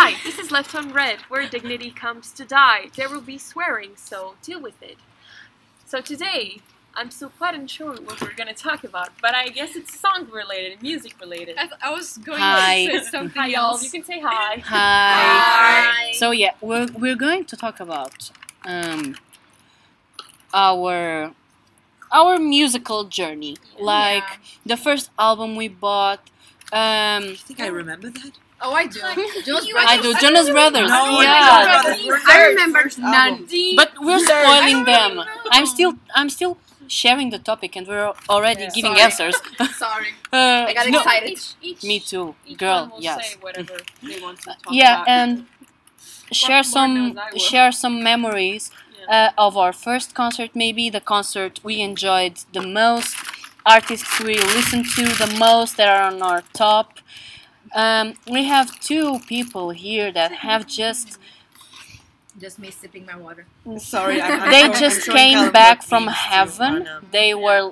right, this is left on red, where dignity comes to die. There will be swearing, so deal with it. So today, I'm still quite unsure what we're gonna talk about, but I guess it's song related and music related. I, th- I was going Hi. to say something Hi y'all, else. you can say hi. Hi. Hi. So yeah, we're we're going to talk about um our our musical journey. Like the first album we bought. Um, think I remember that. Oh, I do. Jonas You- Brothers. I do I Jonas don't Brothers. remember. No, yeah, Jonas Brothers. I remember none. but we're spoiling I don't them. know. I'm still I'm still sharing the topic, and we're already Yeah. giving Sorry. answers. Sorry, Uh, I got no, excited. Each, each, Me too, each girl. one will Yes. say whatever they want to talk Yeah, about. and share more some knows I will. share some memories uh, of our first concert. Maybe the concert we enjoyed the most, artists we listened to the most that are on our top. Um, we have two people here that have just just me sipping my water. Sorry, I'm, I'm they showing- I'm just showing came Callum back what from means to heaven. Anna. They were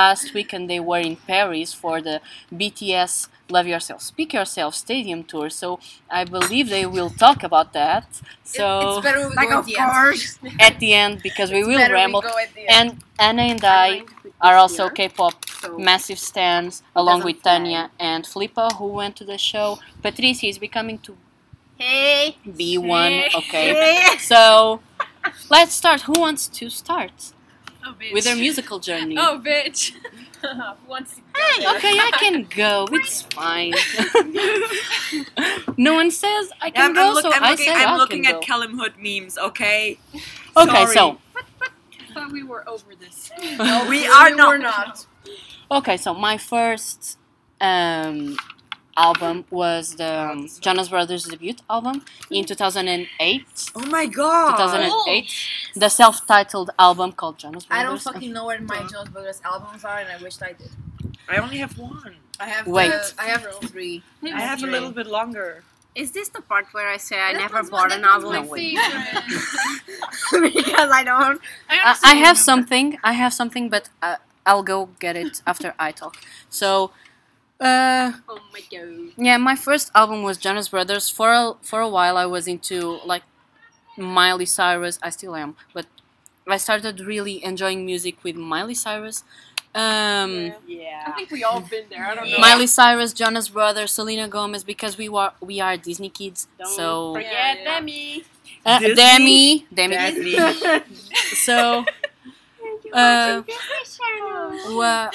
last weekend. They were in Paris for the BTS Love Yourself, Speak Yourself stadium tour. So I believe they will talk about that. So it's better we Like, go of at the end. course. at the end, because we will better ramble. We go at the end. And Anna and I are also K-pop massive stans, along doesn't with Tanya and Flippa, who went to the show. Patricia is becoming to Hey, be one. Okay, hey. so let's start. Who wants to start oh, bitch. with their musical journey? Oh, bitch. Once again. Okay, I can go. It's fine. no one says I I'm, can I'm go, look- so I'm I looking, said I'm I looking can at go. Callum Hood memes, okay? okay, so I thought we were over this. No, We are we not. We're not. okay, so my first um, album was the um, Jonas Brothers debut album in 2008. Oh my god. 2008, the self-titled album called Jonas Brothers. I don't fucking know where my Jonas Brothers albums are, and I wish I did. I only have one. I have Wait. The, I have three. I have a little bit longer. Is this the part where I say I That never one's- bought that a one's novel? My No way. favorite. because I don't. I, I have something. I have something, but uh, I'll go get it after I talk. So, uh, Oh my god. yeah, my first album was Jonas Brothers. For a, for a while, I was into like Miley Cyrus. I still am, but I started really enjoying music with Miley Cyrus. Um, Yeah. I Yeah. think we all been there. I don't know. Miley Cyrus, Jonas Brothers, Selena Gomez, because we were we are Disney kids. so forget Demi. uh, Disney? Demi, Demi, Disney. So uh, well,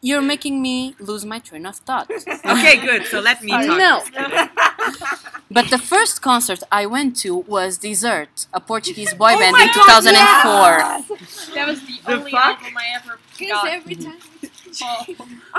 you're making me lose my train of thought. okay, good. So let me talk. no, but the first concert I went to was Dessert, a Portuguese boy Oh band my in God, 2004. yes! That was the, The only fuck? album I ever Because got. every time.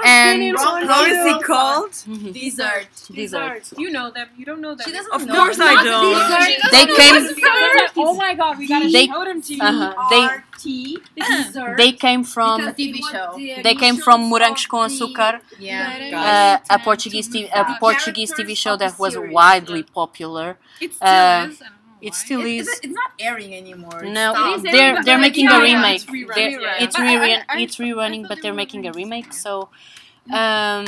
And Mhm. What is he called? Dessert. Dessert. You know them. You don't know them. She doesn't Of know. course I Not don't. dessert. She doesn't They know came- what's going on. Oh my god, we gotta They- show them to you. uh-huh, they T. Dessert. they came from Because- TV show. they came from Morangos com Açúcar, yeah. uh, a Portuguese TV, a Yeah. Portuguese TV Characters show of the that was series. widely popular. It Uh, still is. I don't know It why. still It's, is. it's not airing anymore. It's No, done. It is airing, they're but they're it's making a rerun. remake. It's rerun. They're- Rerun. It's But I- I- rerun. I- It's I rerunning, thought but they they're were making a rerunning remake. it. So, um,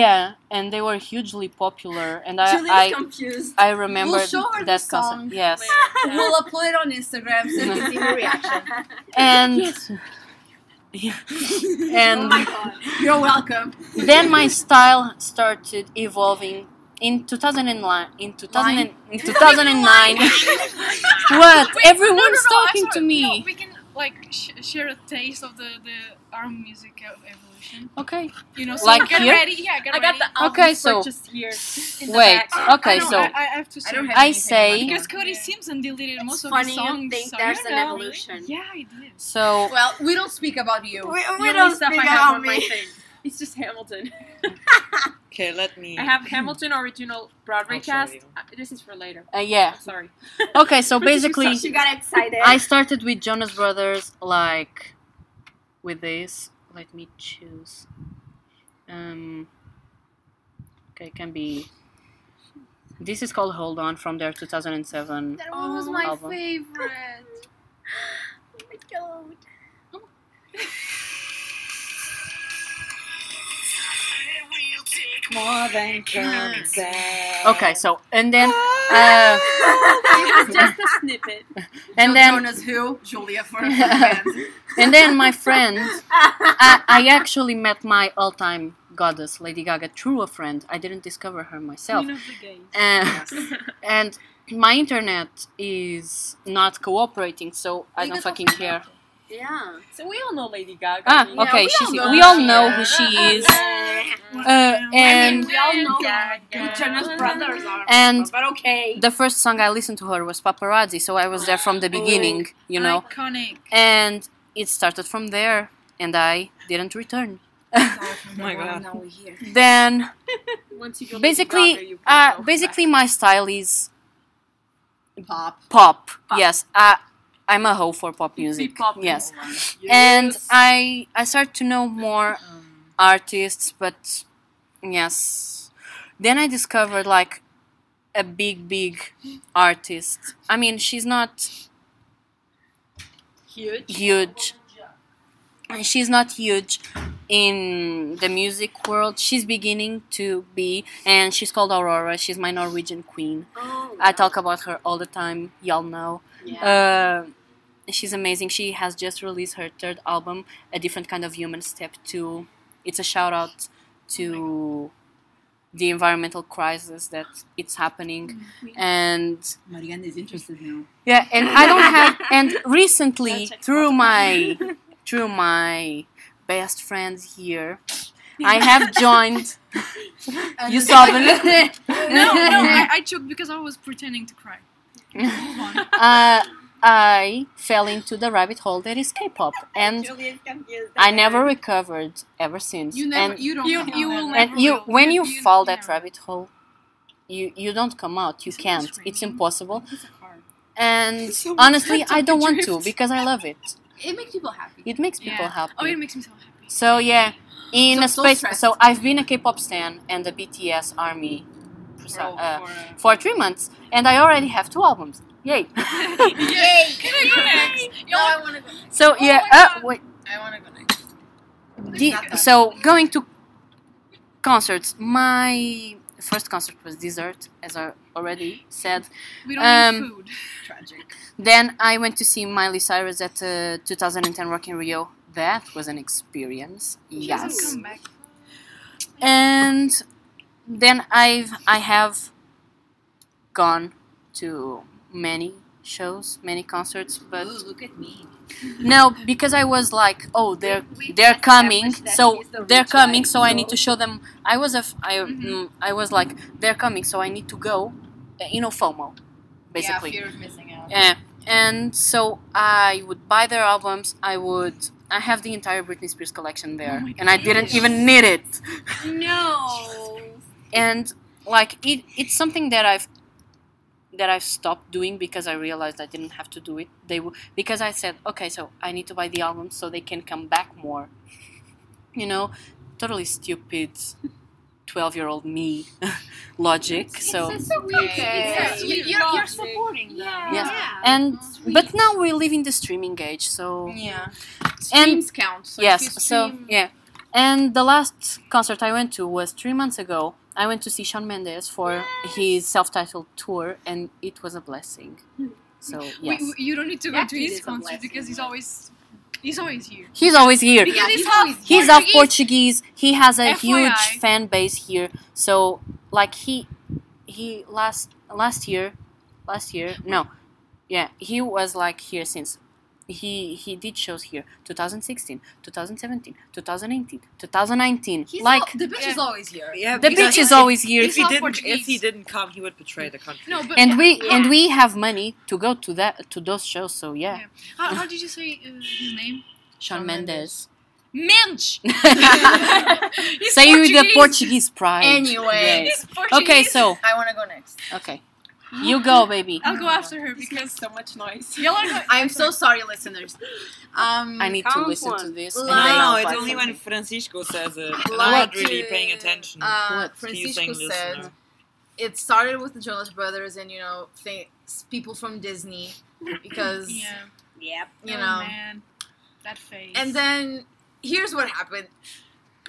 yeah, and they were hugely popular, and I I, confused. I remember We'll show her that the song. concert. Yes, We'll upload it on Instagram so you can see her reaction. and yeah, and You're welcome. then my style started evolving in 2009 in 2000 and- in 2009 what Wait, everyone's no, no, no, I'm talking to sorry. me No, we can like sh- share a taste of the the our music ev- evolution. okay You know, so Like get here? ready. Yeah, get I got ready. the album Okay, so- purchased here. In the wait back. okay I know, so I, I have to say I don't have I anything say- anymore. because Cody Simpson deleted most of funny his you songs. think so, there's you an know. evolution. Yeah, I did. so Well, we don't speak about you. We, The we only don't stuff speak I have about on my me. thing. It's just Hamilton. Okay, let me. I have Hamilton original Broadway I'll show cast. you. Uh, This is for later. uh, yeah I'm sorry. okay Which so is your basically song? She got excited. i started with jonas brothers like with this let me choose um okay can be this is called hold on from their 2007 That one was my album. favorite. More than common sense. Okay, so and then uh, Ah! It was just a snippet. and then known as who? Julia for her fans. and then my friend, I, I actually met my all-time goddess, Lady Gaga, through a friend. I didn't discover her myself. Queen of the game. And, and my internet is not cooperating, so I don't fucking care. Yeah. So we all know Lady Gaga. Ah, we- Yeah, okay. we she's, all know we all her. know who she is. Uh, and we all know Jonas Brothers are. and but okay. the first song I listened to her was Paparazzi, so I was there from the beginning, you know. Iconic. And it started from there, and I didn't return. Oh my god. Now we're here. Then Once you go Lady Gaga, basically, you can uh, go basically my style is Pop. pop. Yes, I, I'm a hoe for pop be music. pop Yes, and I I start to know more Um, artists, but yes, then I discovered like a big big artist. I mean, she's not huge. huge. And she's not huge in the music world. She's beginning to be, and she's called Aurora. She's my Norwegian queen. Oh. I talk about her all the time. Y'all know. Uh, she's amazing. She has just released her third album, A Different Kind of Human Step 2. It's a shout out to the environmental crisis that it's happening Mm-hmm. and Marianne is interested now. yeah, and I don't have. And recently, That's a- through my through my best friend here, I have joined. you saw the look. No, no, I, I choked because I was pretending to cry. Move on. uh, I fell into the rabbit hole that is K-pop, and Julia's confused. I never recovered ever since. You never, and you don't. You- know you that. will and you, when you, fall that yeah. rabbit hole, you you don't come out. You Is it can't. just It's raining? impossible. It's a car. And honestly, I don't want to because I love it. It makes people happy. It makes people Yeah. happy. Oh, it makes me so happy. So yeah, in So- a so space. So, stressed. I've been a K-pop stan and a BTS army for, Oh, uh, for, uh, for three months, and I already have two albums. Yay! Yay! Can I go next? no, I want to go. So Oh yeah. my Uh, God. wait. I want to go next. the- Not bad. so going to concerts. My first concert was Desert, as I already said. We don't need Um, food. Tragic. Then I went to see Miley Cyrus at uh, 2010 Rock in Rio. That was an experience. She Yes. hasn't come back. and then I've I have gone to many shows, many concerts, but Ooh, look at me. no, because I was like, oh, they're We- we they're established coming, that so he's the they're rich coming, guy, so I so- need to show them. I was a f- I mm, I was like, they're coming, so I need to go, Uh, you know, FOMO, basically. Yeah, fear of missing out. Yeah. Eh, And so I would buy their albums. I would. I have the entire Britney Spears collection there, my and I didn't even need it. No. And like it, it's something that I've that I've stopped doing because I realized I didn't have to do it. They w- because I said, okay, so I need to buy the albums so they can come back more. You know, totally stupid, twelve-year-old me logic. so It's so weird. Yeah. You- You're, you're, you're supporting them. Yeah. Yes. Yeah. and but now we live in the streaming age, so Yeah. And- Streams count. So if you yes so stream- yeah and the last concert i went to was three months ago i went to see sean mendes for his self-titled tour and it was a blessing so We- yes We, you don't need to go That to is his a concert blessing, because he's always he's always here. he's always here Because Yeah, he's he's half always- he's of portuguese he has a FYI. huge fan base here so like he he last last year last year no yeah he was like here since he he did shows here 2016 2017 2018 2019 He's like al- the bitch is always here. Yeah, the because bitch is if- always here If he not didn't, Portuguese. if he didn't come, he would betray the country. No, but and we Yeah. and we have money to go to that to those shows so yeah, Yeah. how, how did you say uh, his name? sean Shawn mendes Mendes. He's say you the Portuguese. portuguese pride Anyway, He's Portuguese. okay so I want to go next. okay you go baby I'll go after her This because makes so much noise. y'all are going. I'm so sorry, listeners. Um, i need to Count listen to one. this Like- and then I'll No, it's buy only when something. Francisco says it. I'm Like not really to- paying attention. Uh, What? Francisco Using said listener. it started with the Jonas Brothers and you know th- people from Disney because Yeah. Yep. you oh, know. Man. That face. And then here's what happened.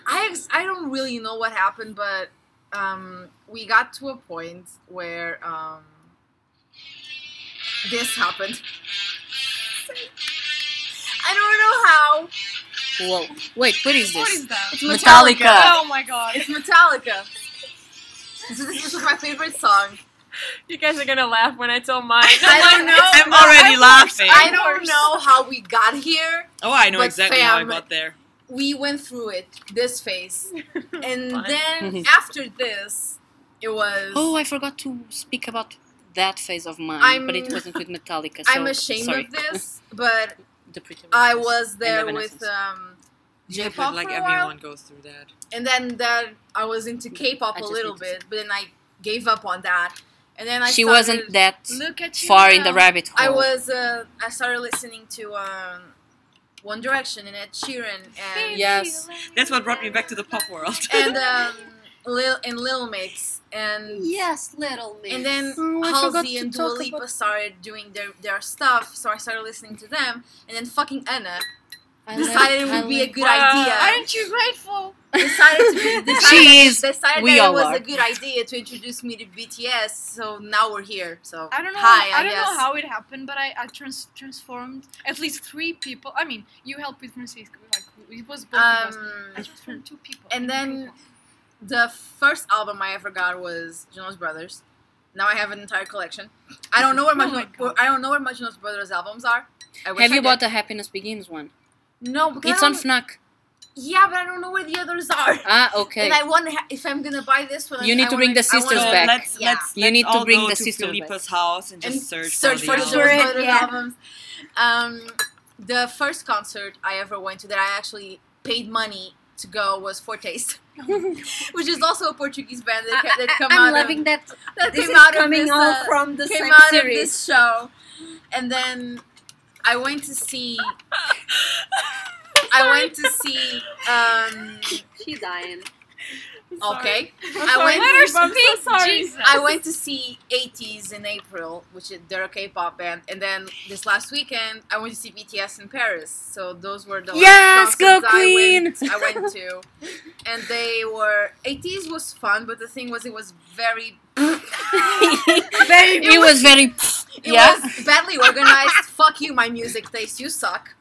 I ex- I don't really know what happened, but um, we got to a point where um, this happened. I don't know how. Whoa. Wait, what is What this? is that? It's Metallica. Oh my god. It's Metallica. This is, this is my favorite song. You guys are gonna laugh when I tell mine. I don't know. I'm already laughing. I don't know how we got here. oh, I know But exactly how I fam- got there. We went through it, this phase. And Fine. then after this, it was. Oh, I forgot to speak about that phase of mine, I'm- but it wasn't with Metallica. So, I'm ashamed sorry. of this, but the pretty I Reckless. was there with Evanescence. um, Yeah, J-pop but like for a while, everyone goes through that. and then then I was into K-pop I a just little need to- bit, but then I gave up on that, and then I she started- wasn't that Look at you. far in the now. rabbit hole. I was uh, I started listening to um, One Direction and Ed Sheeran and Yes. That's what brought me back to the pop world. and um, Lil and Lil Mix and Yes, little miss. and then Oh, I forgot Halsey to and Dua talk Lipa about- started doing their their stuff, so I started listening to them, and then fucking Anna I love- decided it I would be a love- good Wow. idea. Aren't you grateful? decided to be, decided, She is. decided We that all it was are. a good idea to introduce me to BTS. So now we're here. So I don't know. Hi, I, I, don't guess. know how it happened, but I, I trans- transformed at least three people. I mean, you helped with Francisco. Like it was both of us. I Um, transformed two people. and two then- people. the first album I ever got was Jonas Brothers. Now I have an entire collection. I don't know where my, Oh my God. I don't know where my Jonas Brothers albums are. I wish Have I you did. bought the Happiness Begins one? No, because It's I on don't- Fnac. yeah, but I don't know where the others are. Ah, okay. And I want to ha- if I'm gonna buy this one. You need I to bring wanna- the I So sisters wanna- back. Let's, Yeah. let's, You let's need to all bring go the to sisters Filipa's house and just and search, for the Jonas album. For it, Brothers yeah. albums. Um, the first concert I ever went to that I actually paid money to go was Fortaste, which is also a Portuguese band that, ca- that come I'm out loving of, that. that This came is out coming of this, all uh, from the came same out of series. this show, and then I went to see. I went to see. Um, She's dying. okay, I'm I sorry, went- Leonard, I'm so sorry. Jesus. I went to see 80s in April, which is they're a K-pop band, and then this last weekend I went to see BTS in Paris. So those were the last Yes, go concerts I went- Queen! I went, to, and they were 80s was fun, but the thing was it was very it was very. it yeah. was badly organized. Fuck you, my music taste, you suck.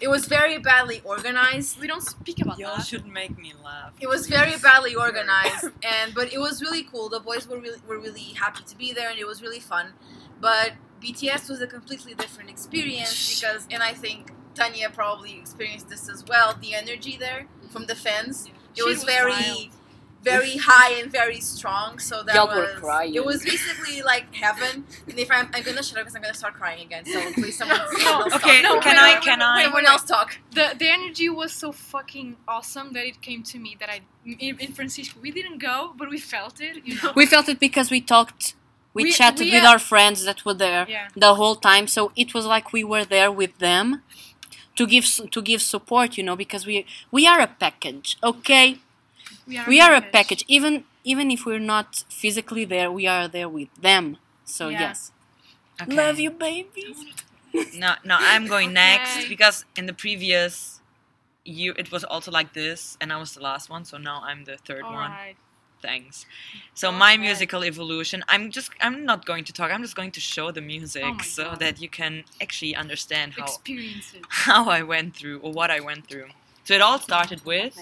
It was very badly organized. We don't speak about Y'all that. should make me laugh. It was very badly organized, and but it was really cool. The boys were really were really happy to be there, and it was really fun. But BTS was a completely different experience because, and I think Tanya probably experienced this as well. The energy there from the fans, it She was, was very. wild. Very high and very strong, so that Y'all was were crying. it was basically like heaven. And if I'm, I'm gonna shut up because I'm gonna start crying again. So please, someone, someone else Okay, talk. No, can wait, I? wait, Can wait, I? Someone else talk. The the energy was so fucking awesome that it came to me that I in, in Francisco we didn't go but we felt it. You know. We felt it because we talked, we, We- chatted we with are- our friends that were there Yeah. the whole time. So it was like we were there with them to give s- to give support, you know, because we we are a package, okay? We are a package. Even even if we're not physically there, we are there with them. So Yeah. yes, Okay. love you, babies. No, no, I'm going next Okay. because in the previous year it was also like this, and I was the last one, so now I'm the third All one. right. Thanks. So my Okay. musical evolution. I'm just. I'm not going to talk. I'm just going to show the music Oh my so God. that you can actually understand how Experience it. how I went through or what I went through. So it all started with.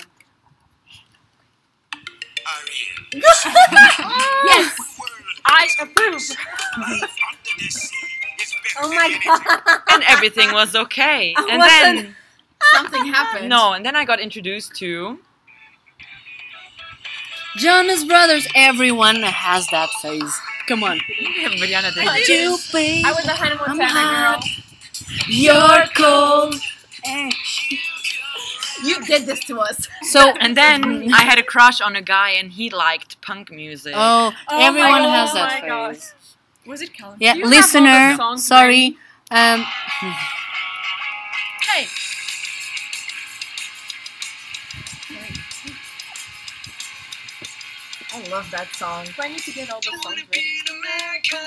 Yes, I approve. Oh my god. and everything was okay. I and then Something happened. no, and then I got introduced to Jonas Brothers. Everyone has that phase. Come on, Brianna did Aren't you, babe? I was a Hannah I'm Montana girl. hot. You're cold. Eh. you did this to us. So And then I had a crush on a guy and he liked punk music. Oh, Oh my everyone God, has oh that my God. phase. Was it Callum? Yeah, Do you have all the listener, songs sorry. Um, Hey. I love that song. I need to get all the songs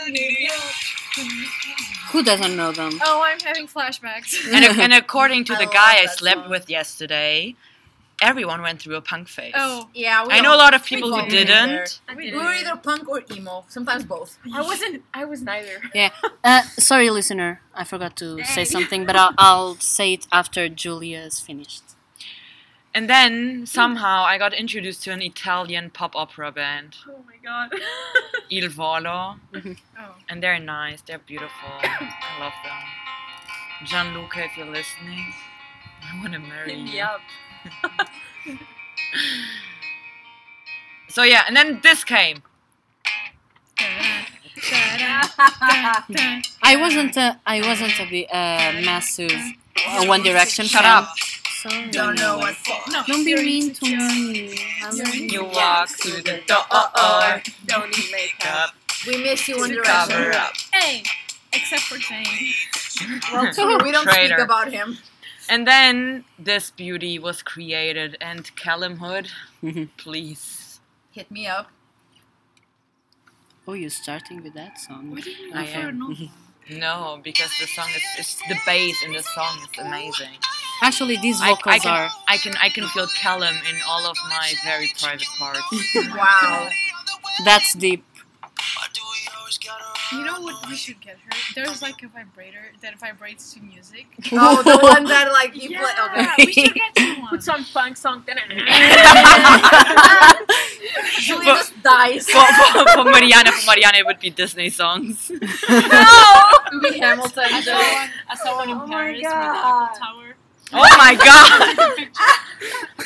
ready. who doesn't know Oh. them? Oh, I'm having flashbacks. And, and according to I the love guy I that slept song. with yesterday, everyone went through a punk phase. Oh, Yeah, we I know all- a lot of we've people all who been there. didn't. I We didn't. were either punk or emo, sometimes both. I wasn't. I was neither. Uh, sorry, listener, I forgot Eh. to say Hey. something, but I'll, I'll say it after Julia's finished. And then somehow I got introduced to an Italian pop opera band, Oh my god. Il Volo, Mm-hmm. Oh. and they're nice, they're beautiful. I love them. Gianluca, if you're listening, I want to marry Hit me you. up. So yeah, and then this came. I wasn't a, I wasn't a, bi- a massive uh, One Direction Shut fan. up. So Don't know what for. No, Don't be you're mean to insecure. me. I You're love you. You walk through the door, Don't need makeup. up, We miss you One to Direction. cover up. Hey, except for Jane. Well, true, we don't Traitor. speak about him. And then this beauty was created, and Callum Hood, Mhm. please. Hit me up. Oh, you're starting with that song. What did you I know for a am. novel? No, because the song is it's, the bass in the song is amazing. Actually, these I, vocals I can are. I can I can feel Callum in all of my very private parts. Wow. That's deep. You know what we should get her? There's like a vibrator that vibrates to music. Oh, the one that like you play. Okay. Yeah, we should get you one. Put some punk song. Julie But- just dies. for, for, for Mariana, for Mariana, it would be Disney songs. Be Hamilton. I saw one, I saw one in Oh my Paris with God. the Eiffel Tower. Oh my god!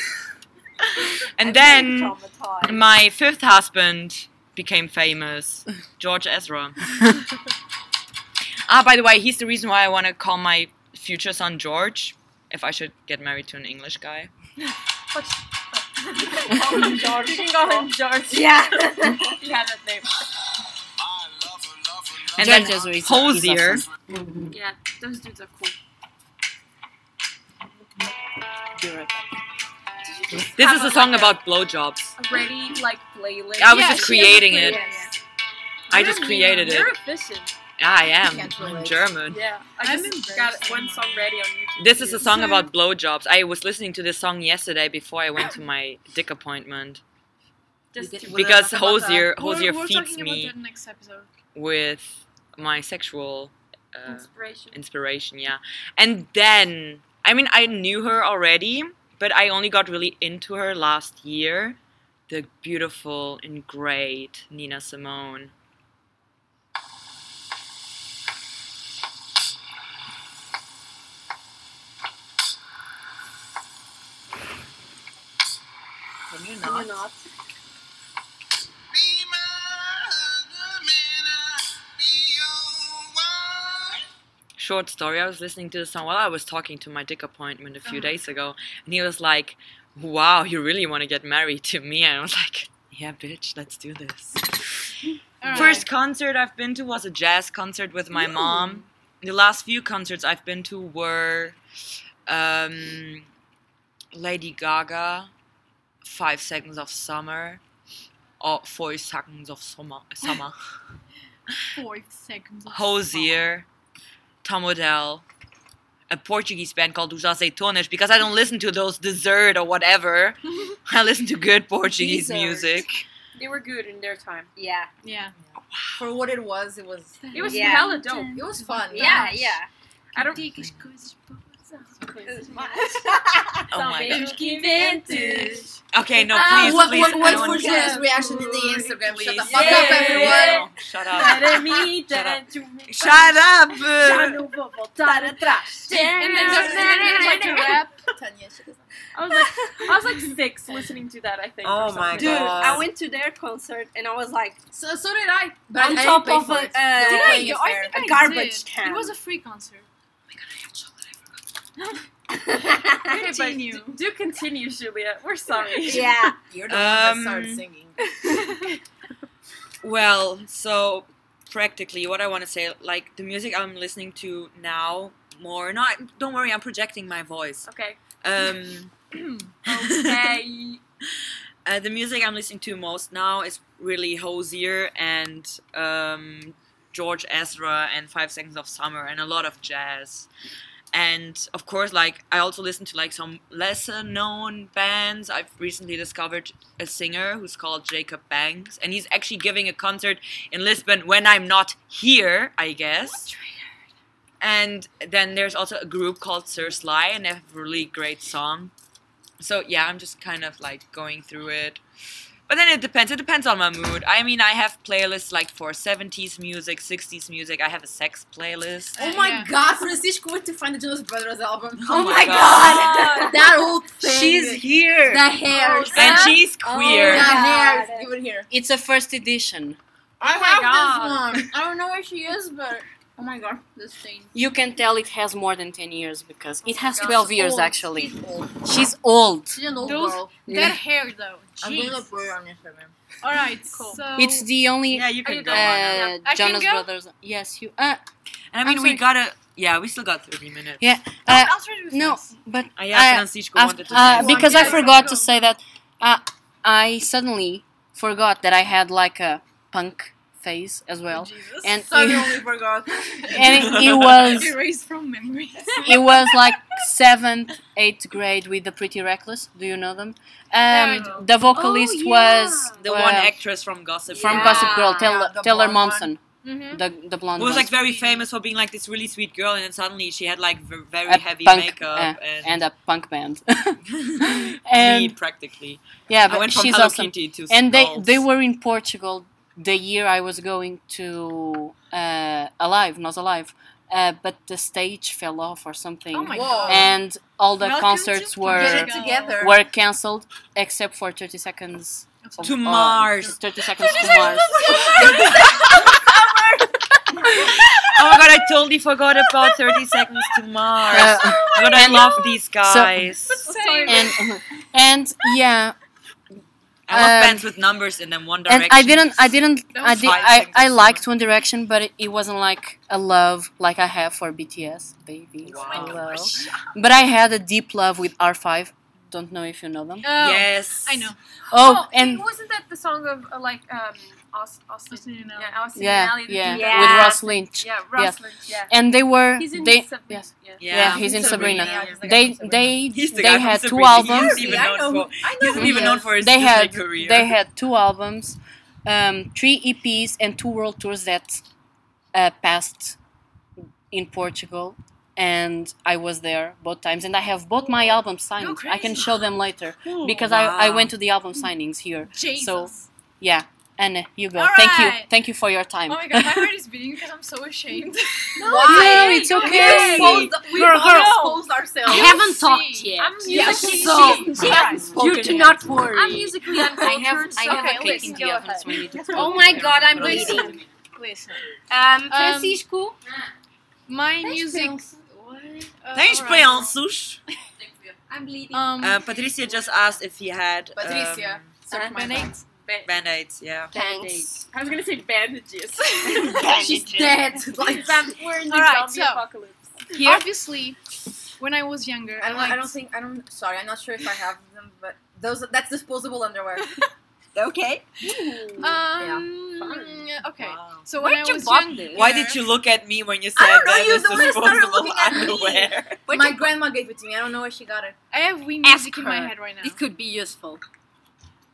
And then Traumatized. my fifth husband became famous, George Ezra. ah, by the way, he's the reason why I want to call my future son George. If I should get married to an English guy, Oh You can call him George. Yeah. If you have that name. George and then Ezra is- is Hosier. awesome. Yeah, those dudes are cool. Europe. This Have is a- a song like a- about blowjobs. Already like playlist. I was Yeah, just she has a creating it. playlist. I You're just mean. created it. Ah, You're efficient. I am. Can't I'm relate. German. Yeah, I I'm just embarrassed got one now. song ready on YouTube. This is a too. song about blowjobs. I was listening to this song yesterday before I went to my dick appointment Just You get- to- Well, because that's about Hosier We're, Hosier we're feeds talking me about that next episode. with my sexual uh, inspiration. inspiration. Yeah, and then I mean I knew her already, but I only got really into her last year. The beautiful and great Nina Simone. Can you You're not? not. short story. I was listening to the song while I was talking to my dick appointment a few days ago, and he was like, "Wow, you really want to get married to me?" And I was like, "Yeah, bitch, let's do this." Alright. First concert I've been to was a jazz concert with my mom. The last few concerts I've been to were um, Lady Gaga, Five Seconds of Summer, or Four Seconds of Summer, Summer. fourth seconds. of Hosier, Tom Odell, a Portuguese band called Os Azeitonas, because I don't listen to those dessert or whatever. I listen to good Portuguese Dessert. music. They were good in their time. Yeah. song. Yeah. For what it was, it was It was Yeah. hella dope. it was fun. Yeah, yeah. I don't. Oh my god. vintage. Okay, no, Ah, please, Uh, what please. what, what I don't for wanna- Julia Julia's reaction in the Instagram? Shut Please. the fuck up, Yeah. everyone. No, shut up. Shut Shut up! Já uh, não vou voltar atrás. And then there's, and then there's like a rap. Tanya, shut the- I was like, I was like six listening to that. I think. Oh or my something. Dude, I God. went to their concert and I was like So, so did I. But I on didn't top pay of for a, it. uh, They were Did I playing go? it I there. think A I garbage did. can. It was a free concert. Okay, but Continue. d- do continue, Julia. We're sorry. yeah. You're the one that Um, started singing. Well, so practically what I want to say, like the music I'm listening to now more. No, I- don't worry, I'm projecting my voice. Okay. Um, Okay. Uh, the music I'm listening to most now is really Hosier and um, George Ezra and Five Seconds of Summer and a lot of jazz. and of course like i also listen to like some lesser known bands i've recently discovered a singer who's called jacob banks and he's actually giving a concert in lisbon when i'm not here i guess and then there's also a group called sir sly and they have a really great song so yeah i'm just kind of like going through it but then it depends it depends on my mood i mean i have playlists like for 70s music 60s music i have a sex playlist Oh my Yeah. god, Francisco went to find the Jonas Brothers album. Oh my God. that whole thing. she's here the hair. Oh, and she's queer. The yeah. hair. God. Even here. It's a first edition. Oh I my God. this one. I don't know where she is, but oh my god, this thing. You can tell it has more than 10 years because it has God. 12 years Old. actually. She's old. She's old. Oh, She's an old Those- girl. That hair though. I'm gonna Jeez. put her on Instagram. All right, Cool. so It's the only Yeah, you you can go going? on. uh, I can Jonas go? Brothers. Yes, you. Uh, And I mean, I'm we sorry. gotta. Yeah, we still got 30 minutes. Yeah. I'll- uh, I'll try to do no, first. but I, I- wanted to uh, say. Well, because I I guess forgot to so. say that uh, I suddenly forgot that I had like a punk phase as Oh, well, Jesus. and it, Suddenly forgot. and it, it was erased from memories. it was like seventh, eighth grade with the Pretty Reckless. Do you know them? I Um, the vocalist yeah. was the uh, one actress from Gossip from Girl. Gossip Girl, Taylor, Oh, Yeah, the Taylor blonde one. Mm-hmm. Momsen, Mhm. the the blonde. Who was one. like very famous for being like this really sweet girl, and then suddenly she had like v- very A heavy punk, uh, makeup and a punk band. and, me and practically. yeah, I but went from she's Hello awesome. Kitty to and they Skulls. they were in Portugal the year I was going to uh, Alive, not Alive, uh, but the stage fell off or something, Oh my Whoa. god. and all the Welcome concerts to were Get it Portugal. together. were cancelled except for 30 seconds That's of- to of- Mars. 30 seconds to Mars. Oh my god, I totally forgot about 30 Seconds to Mars. Uh, but I and- love these guys. Same. and and yeah, I love um, bands with numbers in them. One Direction. and I didn't, I didn't, That I was did, five I, seconds I to liked One Direction, but it, it wasn't like a love like I have for BTS, baby. Wow. Hello. But I had a deep love with R5. Don't know if you know them. Oh, yes. I know. Oh, and wasn't that the song of uh, like um Aus- Austin? Austin, you know. Yeah, Austin. yeah, Alley, the yeah, dude Yeah. that- with Ross Lynch. Yeah, Yes. Rosalind. Yeah. And they were He's in they Sub- yes. yeah. Yeah, Yeah, he's in Sabrina. Sabrina. Yeah, they he's the guy from Sabrina. they He's the guy they from had two Sabrina. albums. He's even Yeah, I known know for, who- I know he isn't who even he known is. for his They Disney had career. they had two albums, um, three EPs and two world tours that uh, passed in Portugal. And I was there both times, and I have both my album signed. I can crazy. show them later Cool. because Wow. I, I went to the album signings here. Jesus. So yeah, Anna, you go. All Thank you, right. thank you for your Oh time. my god, my heart is beating because I'm so ashamed. No, Why? it's We okay. exposed- We Girl, all girl. exposed ourselves. I haven't talked yet. I'm musically, Yeah, so, so- Spoken you do not worry. I'm musically uncultured. so have a cake listen, in go ahead. so I need to Oh my god, I'm Listen. bleeding. Um, Francisco. My music. What? Uh, Thanks, all right. Sush. I'm bleeding. Um, Uh, Patricia just asked if he had um, Patricia. Search my Band-Aid. pants. band-aids. Yeah. Thanks. I was gonna say bandages. She's dead. Like, We're in the All right, zombie so- apocalypse. obviously, when I was younger, I don't, liked I don't think I don't. Sorry, I'm not sure if I have them, but those that's disposable underwear. Okay. Uh, Um. Yeah. Okay. Wow. So when I was younger, Why did you look at me when you I said don't know, that you- is the way you started disposable looking at me. underwear? My grandma gave it to me. I don't know where she got it. I have Wii Ask music in my her. head right now. It could be useful.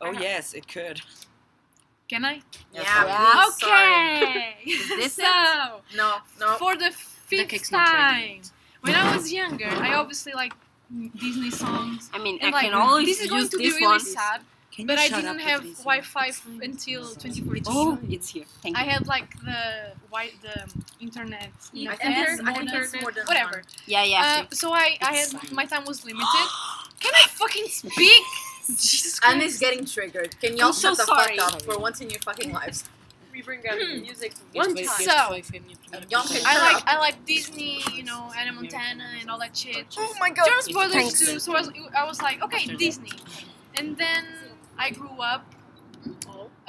Oh yes, it could. Can I? Yeah, Yeah. please, sorry. Okay. this so No. No. for the fifth cake's not ready. time, when I was younger, I obviously liked Disney songs. I mean, And I like, can always this is going use to be this really one. sad, Can but you I shut didn't up, have Patricia? Wi-Fi f- until 2014. Oh, it's here. Thank I you. had like the white the um, internet. in I the think air, it's, I think it's Modern- more than whatever. one. Yeah, yeah. Uh, so I, I had my time was limited. Can I fucking speak? Jesus Christ. And it's getting triggered. Can y'all I'm so shut the sorry. fuck up for once in your fucking lives? We bring up Hmm. music one time. So- Y'all can shut I like up. I like Disney, you know, Anna Montana and all that shit. Oh my god. Jonas Brothers Thanks. too. So I was, I was like, okay, Disney. And then I grew up.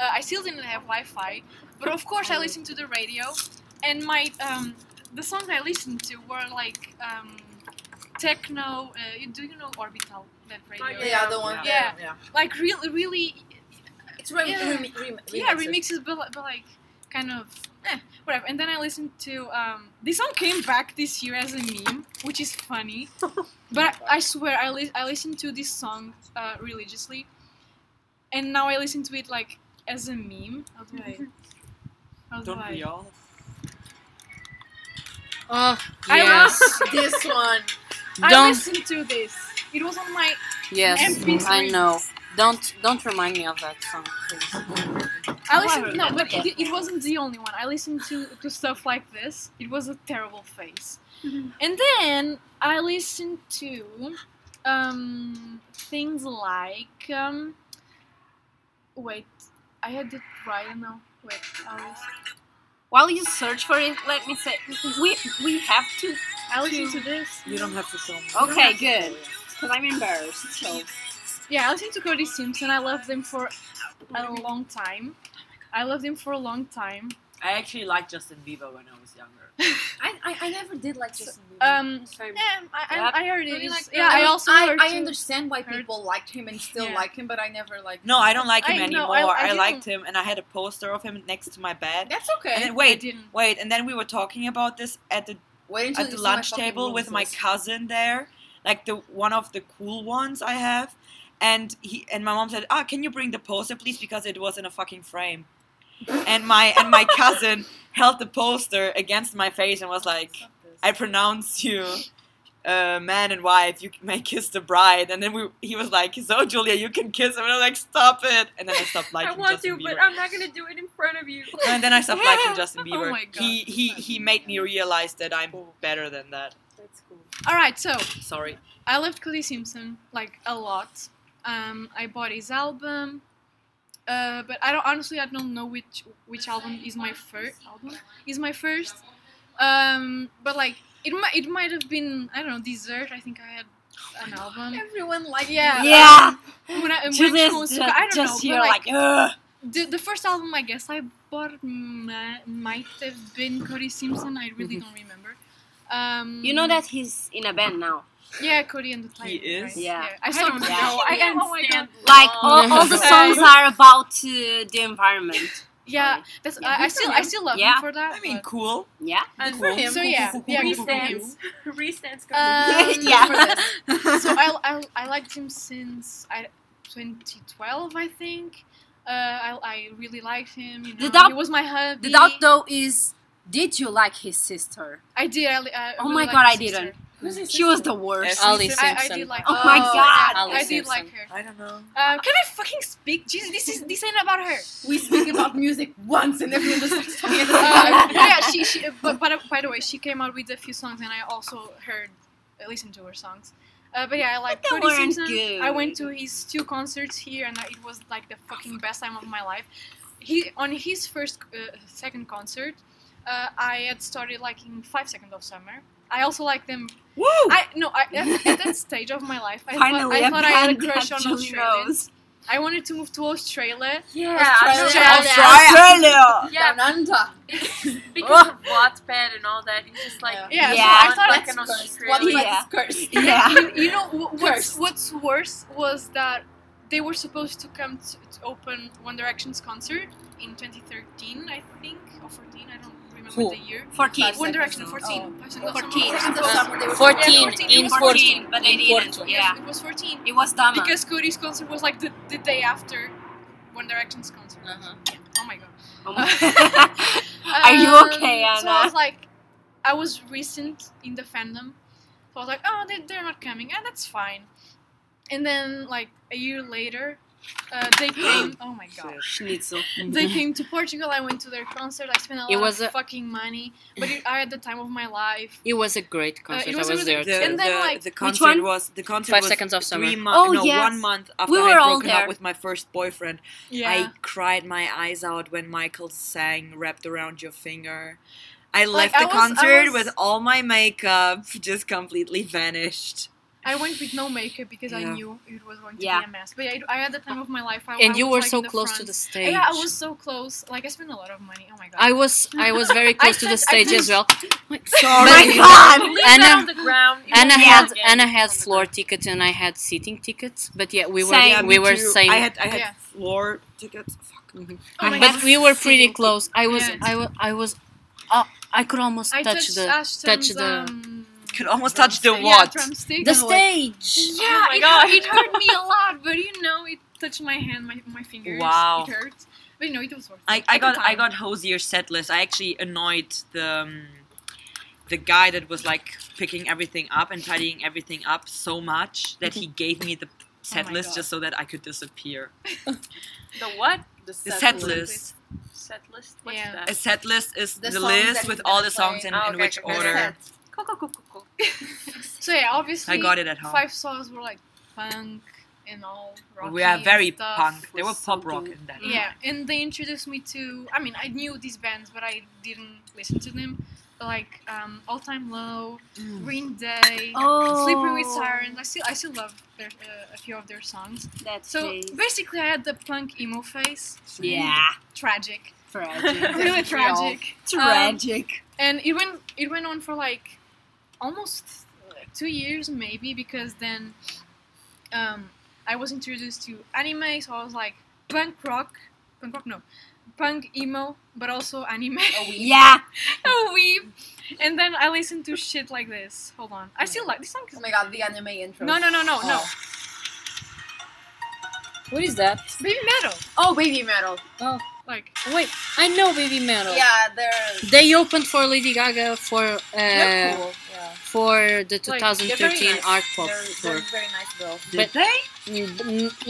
Uh, I still didn't have Wi-Fi, but of course I listened to the radio, and my um, the songs I listened to were like um, techno. Uh, you- do you know Orbital? That radio. yeah. Yeah, the one. Yeah. yeah. Like really, really It's rem- Yeah. rem- rem- yeah remixes. remixes but, li- but like kind of eh, whatever. And then I listened to um, this song came back this year as a meme, which is funny. but I, I swear I li- I listened to this song uh, religiously, and now I listen to it like as a meme. How do I? How do Don't I? we all? Oh, yes. yes. this one. I Don't. listened to this. It was on my. Yes, MP3. I know. Don't don't remind me of that song, please. I listened. No, but it, it wasn't the only one. I listened to to stuff like this. It was a terrible face. Mm-hmm. And then I listened to um, things like. Um, wait, I had it right now. Wait, I was. While you search for it, let me say we we have to. I listened to this. You don't have to show me. Okay, good. Because I'm embarrassed. So Yeah, I listened to Cody Simpson. I loved them for a long time. I loved them for a long time. I actually liked Justin Bieber when I was younger. I, I, I never did like this movie. uh, Um, Sorry. yeah, I, Yep. I, I heard it. Really It's- like- yeah, I also I, heard I too. understand why heard- people liked him and still Yeah. like him, but I never liked. No, him. I don't like him I- no, anymore. I- I I, didn't- liked him, and I had a poster of him next to my bed. That's And okay. then, I wait, didn't. wait, and then we were talking about this at the Wait until at you see the my lunch fucking table room with my first. cousin there, like the one of the cool ones I have, and he and my mom said, "Ah, can you bring the poster, please?" Because it was in a fucking frame, and my and my cousin held the poster against my face and was like, "I pronounce you." Uh, man and wife, you may kiss the bride, and then we, he was like, "So Julia, you can kiss him," and I was like, "Stop it!" And then I stopped liking I want Justin to, Bieber but I'm not gonna do it in front of you. and um, then I stopped liking Justin Bieber. my God. He he he made me realize that I'm better than that. All right, so Sorry. I loved Cody Simpson like a lot. Um, I bought his album, uh, but I don't honestly I don't know which which album is my first album is my first. Um, but like it might it might have been I don't know dessert. I think I had an album. Everyone liked. Yeah. Yeah. When I, when Julia's school- ju- so I don't just know. here but, like, like, "Ugh." the, the first album I guess I bought ma- might have been Cody Simpson. I really Mm-hmm. don't remember. Um, you know that he's in a band now. yeah, Cody and the Tiger. is? right? Yeah. I saw don't him. know. Oh I can't stand Like all, all the Okay. songs are about uh, the environment. Yeah, Sorry. that's Yeah, I, I good for still I still love Yeah. him for that. I mean, but- cool. Yeah. And Cool. him. so yeah, yeah, good for him. restance, restance. Um, Yeah. so I, I I liked him since I 2012 I think. Uh, I, I really liked him. You know, The doubt- he was my hubby. The doubt though is, did you like his sister? I did. I, li- I Oh really my liked God, his I didn't. sister. Uh, She was the worst. Ashley Ali Simpson. I, I Simpson. did like. Oh her. my Oh, God. I Ali did like Simpson. her. I don't know. Uh, can I fucking speak? Jesus, this is this ain't about her. We speak about music once, and everyone just starts talking Uh, about it. yeah, she. she but, but uh, by the way, she came out with a few songs, and I also heard, uh, listened to her songs. Uh, but yeah, I like they Cody weren't Simpson. good. I went to his two concerts here, and I, it was like the fucking best time of my life. He on his first, uh, second concert, uh, I had started liking Five Seconds of Summer. I also like them. Woo! I no, I, at, at that stage of my life, I Finally, thought I, a thought I had a band crush that on Julie Australians. knows. I wanted to move to Australia. yeah, Australia. yeah, Down under. because of Wattpad and all that. It's just like Yeah, Yeah. so I thought like I an What Australian. Australia. yeah. curse? Yeah. you, you know wh- what's, what's worse was that they were supposed to come to, to open One Direction's concert in 2013, I think, or 14. I don't remember Who? the year. 14. One Direction, 14. Person got someone 14. else. Of summer, they were- 14 14, in it 14. but they didn't. Porto. Yeah. It was 14 It was dumb. because Cody's concert was like the, the day after One Direction's concert. Uh-huh. Oh my god. Oh my- Are you Um, okay, So I Anna? was like, I was recent in the fandom, so I was like, oh, they, they're not coming, and that's fine. And then like a year later, uh, they came. Oh my god. Schnitzel. They came to Portugal. I went to their concert. I spent a lot It was of a- fucking money, but it, I had the time of my life. It was a great concert. Uh, it was I was there really- The, too. And and then, the, like, the which concert one? was the concert Five was Seconds of Summer. three months Oh, no yes. one month after We I were had all broken there. up with my first boyfriend. I cried my eyes out when Michael sang "Wrapped Around Your Finger." I Like, left I the was- I concert was- with all my makeup just completely vanished. I went with no makeup because I Yeah. knew it was going to Yeah. be a mess. But yeah, I, I had the time of my life. I, and I you was, were like, so in the close to front. the stage. Yeah, I was so close. Like I spent a lot of money. Oh my god. I was I was very close to the said- I stage as just- well. Oh Sorry. Leave that on Anna the ground. You Anna won't had get it. Anna had floor tickets and I had seating tickets. But yeah, we were Same. Yeah, we me were too. same. I had I had Yeah. floor tickets. Fuck. Oh my but God. we were pretty close. I was Yeah. I was I was uh, I could almost I touch touched the Ashton's, touch the- um, Could almost touch the drumstick- what? Yeah, drumstick. oh the Yeah, stage. Yeah, my it, God. hurt, it hurt me a lot, but you know, it touched my hand, my, my fingers. Wow. It hurt. But you know, it was worth it. I, At I the got I time. got Hosier's set list. I actually annoyed the um, the guy that was like picking everything up and tidying everything up so much that he gave me the set my list God. just so that I could disappear. The what? The set list. Set list. What's Yeah. that? A set list is The the, songs that list with he's all gonna the songs play. in, Oh, in okay, which okay, okay. order. Set. Cool, cool, cool, cool, cool. So yeah, obviously, I got it at home. Five stars were like punk and all rocky. we are very and stuff. punk. There were was pop rock something- in that. Yeah, and they introduced me to. I mean, I knew these bands, but I didn't listen to them. Like um, All Time Low, Mm. Green Day, Oh, Slippery with Sirens. I still I still love their, uh, a few of their songs. That's So basically, I had the punk emo face. yeah, Tragic, tragic, really tragic. Um, tragic. and it went it went on for like almost like two years maybe because then um, I was introduced to anime, so I was like punk rock, punk rock no, punk emo, but also anime. Oh, yeah, A weeb. And then I listened to shit like this. Hold on, I still like this song. Oh Is... my god, Oh. the anime intro. No no no no no, What is that? baby metal Oh, baby metal. like Wait, I know Baby Metal. Yeah, they're. They opened for Lady Gaga for They're uh, cool. Yeah. for the Like, 2013 nice. art pop They're, tour they're very nice girls. Did But- they? in,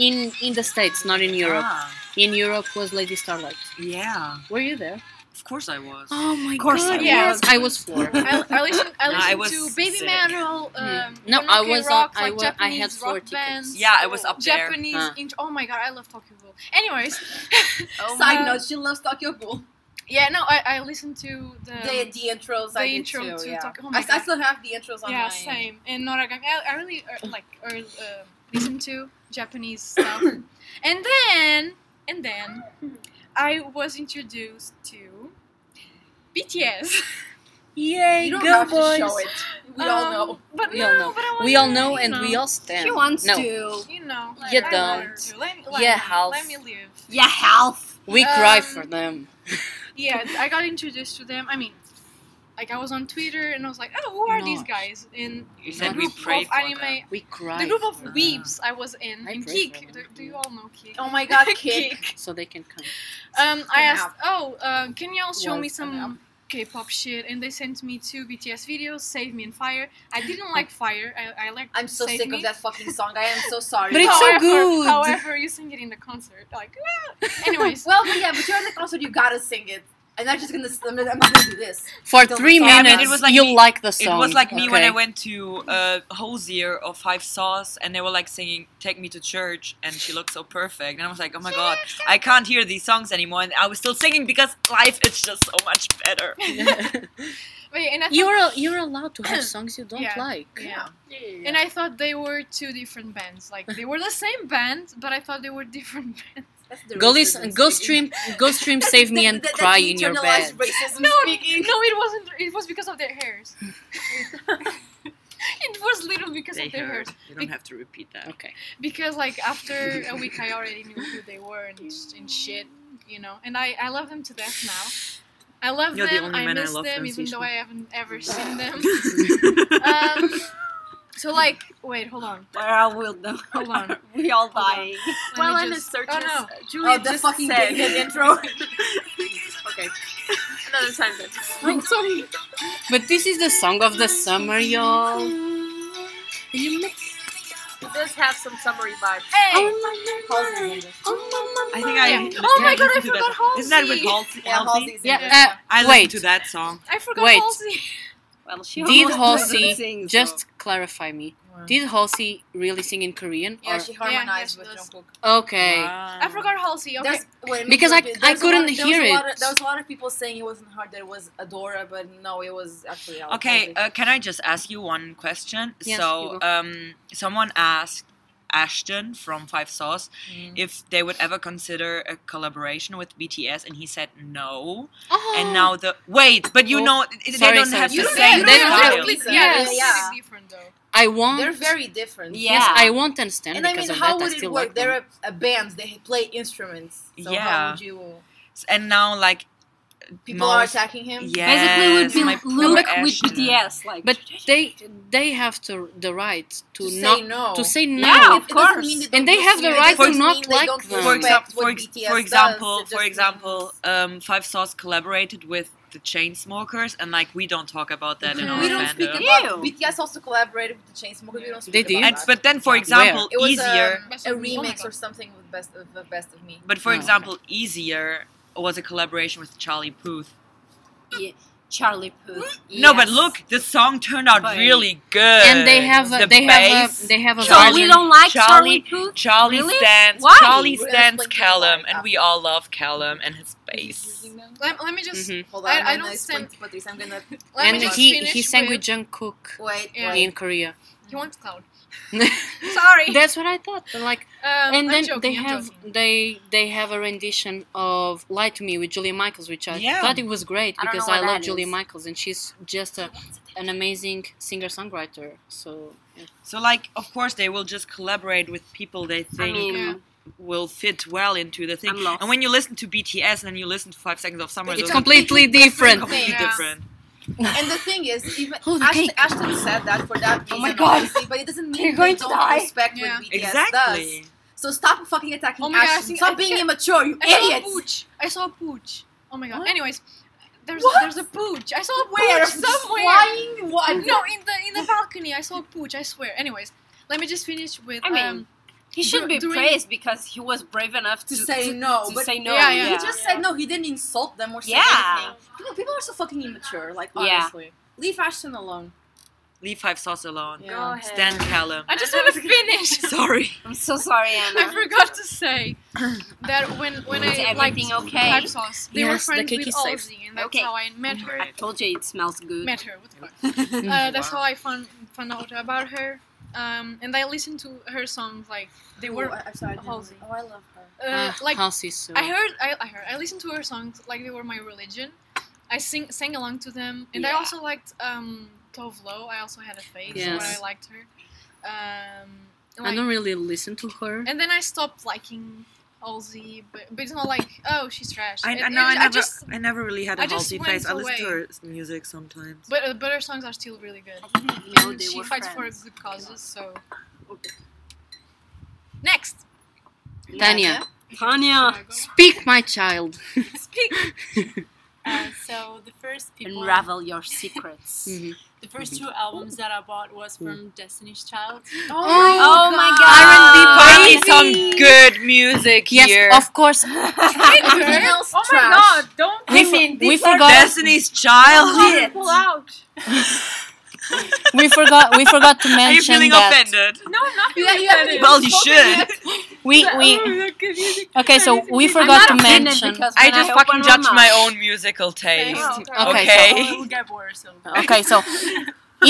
in in the states, not in Europe. Ah, In Europe was Lady Starlight. yeah. Were you there? Of course I was. Oh my course I god! was. yes, I was floored. I, I listened I No, I listened was to baby sick. Hmm. metal. Um, No, I Kanuki was rock, on- I like wa- I Japanese had four rock tickets. bands. Yeah, I was up there. Japanese Huh. int- Oh my god, I love Tokyo Ghoul. Anyways, Oh my- Side note, she loves Tokyo Ghoul. yeah, no, I, I listened to the the, the intros, the I did intro too, to yeah. Tokyo- oh my I, I God. still have the intros on yeah my. same and Noragami. I, I really uh, like or uh, listen to Japanese stuff, and then and then I was introduced to BTS. Yay, You don't go have boys! to show it. We all Um, know. but We no, all know. But I We wanna, all know, you and we know, all stand. She wants no, to. You know, You I don't. want to. Let, let Yeah, me, half. Let me live. Yeah, health. we cry Um, for them. yeah, I got introduced to them. I mean, like I was on Twitter and I was like, oh, who are these Not. guys? In You the said we group prayed of for anime, them. We cry. the group of for them. weebs I was in, I in pray for Kik. Do, them. do you all know Kik? Oh my god, kick. so they can come. Um, I An asked, app. oh, uh, can y'all show Was me an some K-pop shit? And they sent me two BTS videos, Save Me and Fire. I didn't like Fire. I, I like. I'm so Save sick Me. of that fucking song. I am so sorry. But it's so however, good. However, you sing it in the concert, like. ah. Anyways, Well, but yeah, but you're at the concert, you gotta sing it. I'm not just gonna. I'm not, I'm not gonna do this. For Don't three cry. Yeah, I mean, minutes, it was like you'll me- like the It song. was like me when I okay? went to uh, Hosier or Five Sauce, and they were like singing "Take Me to Church," and she looked so perfect, and I was like, "Oh my god, I can't hear these songs anymore." And I was still singing because life is just so much better. wait, and I thought, You're you're allowed to have songs you don't Yeah. like. yeah. And I thought they were two different bands. Like they were the same band, but I thought they were different bands. That's the Go racism listen. Go speaking. stream. Go stream. That's Save the- me and that- that's cry the in your internalized bed. Racism No, speaking. No, it wasn't. It was because of their hairs. it was little because They of their heard. hairs. You don't have to repeat that. Okay. Because like after a week, I already knew who they were and, sh- and shit, you know. And I I love them to death now. I love You're the them. only I man I miss love, them, even Francisco. though I haven't ever seen them. Um, so like, wait, hold on, Where are we? though? hold on. Let We all Hold on. dying. me While Anna just- searches, oh no. Julia Oh, the just fucking said. gay intro. okay. Another time then. I'm sorry. But this is the song of the summer, y'all. You make- It does have some summery vibes. Oh, Hey. I think I. Yeah. li- Oh I my God, I listened to that. forgot Isn't that with Halsey? Halsey. Yeah, Halsey? Halsey's in Yeah. there. uh, I listened wait. to that song. I forgot Wait. Halsey. Well, she Did almost Halsey sings, so- just clarify me. Did Halsey really sing in Korean? Yeah, or- she yeah, harmonized she with does. Jungkook. okay. I forgot Halsey. Okay. There's- wait, Because wait, I- wait, I there's a couldn't lot of- there hear was a lot it. of- there was a lot of people saying it wasn't her, that it was Adora, but no, it was actually Alice Okay, Halsey. uh, can I just ask you one question? Yes, you so, go. um, someone asked Ashton from Five Sauce if they would ever consider a collaboration with BTS, and he said no. And now the wait, but you Oh, know it- sorry, they don't sorry, have You the don't- same you don't have style. completely, Lisa. yeah, Yeah, it's yeah. really different though. I want. They're very different. Yeah. Yes, I want to understand And I because mean, of how that. would I it still work? like them. They're a, a band. They play instruments. So how Yeah. would you? And now like People Most- are attacking him. yes, Basically, my we poor build look with Ashton. BTS. Like, But they they have to the right To to, say not no. to say no. Yeah, of It doesn't course. mean they And don't they have the pursue it. It right to doesn't not mean they like don't them. for, respect exam- what for, ex- BTS for does. example, It for just example, means- um, Five Sauce collaborated with the Chainsmokers, and like we don't talk about that in our we don't fandom. speak fandom. about Ew. BTS. Also collaborated with the Chainsmokers. We don't speak They about did. and, that. but then, for Where? example, it was easier. um, Best a of Me. Oh my remix God. or something with best of the best of me. But for Oh, okay. example, easier was a collaboration with Charlie Puth. Charlie Puth. Hmm? No, but yes. look, the song turned out But- really good. And they have a, the they bass. have a, they have a So we version- don't like Charlie- Charlie, Puth. Charlie Really? stands. Why? Charlie We're stands explaining why Callum, and after. we all love Callum and his bass. Let, let me just Mhm. Hold I- on, I I'm gonna don't explain stand- to Patrice. I'm gonna let and me just he finish. he sang with with Jungkook wait. Yeah. wait. in Korea. he wants clown. Sorry. That's what I thought. Like Um, and I'm then joking, they I'm have joking. they they have a rendition of "Lie to Me" with Julia Michaels, which I Yeah. thought it was great I don't because know I, what love that Julia is. Michaels and she's just a, an amazing singer songwriter. So yeah. So, like, of course, they will just collaborate with people they I think mean, um, Yeah. will fit well into the thing. I'm lost. And when you listen to BTS and then you listen to Five Seconds of Summer, it's those are completely different. completely Yeah. different. And the thing is, even Oh, the Ashton, cake. Ashton said that for that reason, my God. obviously, but it doesn't mean They're they going to don't die. respect Yeah. what BTS Exactly. does. So stop fucking attacking Oh my God, I Ashton. think- stop I being think- immature, you I saw a idiots. pooch. I saw a pooch. Oh my god. What? Anyways, there's What? there's a pooch. I saw a Where? pooch somewhere. Flying? What? No, in the in the balcony, I saw a pooch. I swear. Anyways, let me just finish with. I mean, um, he should be during- praised because he was brave enough To to say to- no, to but say no. Yeah, he yeah. just said no. He didn't insult them or say Yeah. anything. People, people are so fucking immature. Like Yeah. honestly, leave Ashton alone. Leave Five Sauce alone. Go ahead. Stand Callum. I just want to finish. Sorry. I'm so sorry, I Anna. forgot to say that when when Is I liked everything okay? Five Sauce, they Yes, the were friends cake with is safe. Ozzy, and that's Okay. how I met her. I told you it smells good. Met her. What the fuck? uh, that's how I found found out about her. Um, and I listened to her songs like they Ooh, were I- I'm sorry. I didn't- Halsey. Oh, I love her. uh, Ah, like Halsey's so- I heard I, I heard I listened to her songs like they were my religion. I sing sang along to them, and I Yeah. also liked um, Tove Lo. I also had a phase where Yes. I liked her. Um, and, I like- don't really listen to her. and then I stopped liking Halsey, but, but it's not like oh she's trash. I, It- I, it- no, I, never, just I never really had a I just healthy went face. I listen to away. her music sometimes. but uh, but her songs are still really good. I didn't even know And they she were fights friends. for good causes, so. Next. Tanya, Tanya. speak, my child. Speak. uh, so the first people, Unravel your secrets. Mhm. the first two albums that I bought was from Destiny's Child. Oh my Finally, god. some good music Yes, here. of course. Everything else Oh my trash. god, don't We, Listen, for- we these are forgot. Destiny's Child. don't pull out. We forgot. We forgot to Are you mention feeling that offended? No, not Oh, Yeah, yeah, offended. Well, you should. we we. Okay, so we forgot to I'm not offended mention. because I when just open fucking judge mouth- my own musical taste. Oh, Okay, Okay. It will get worse. So. Okay, so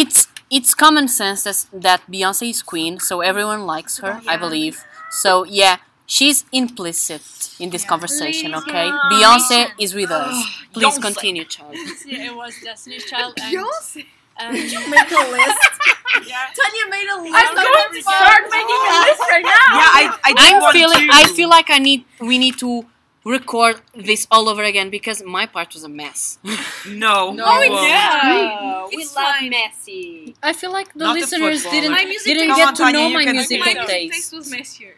it's it's common sense that, that Beyonce is queen, so everyone likes her, I believe. So yeah, she's implicit in this conversation. Okay, Beyonce is with us. Please Beyonce. continue, child. Yeah, it was Destiny's Child. And, Beyonce. um, Make a list. Tanya made a list. I'm going to start making a list right now. Yeah, I, I do I'm want feeling. to. I feel like I need. We need to record this all over again because my part was a mess. No. No, we it's won't. Yeah, we It's love fine. Messi. I feel like the Not the listeners footballer. didn't My music didn't get taste- Come on, to Tanya, know you my can music do it. My taste. taste was messier.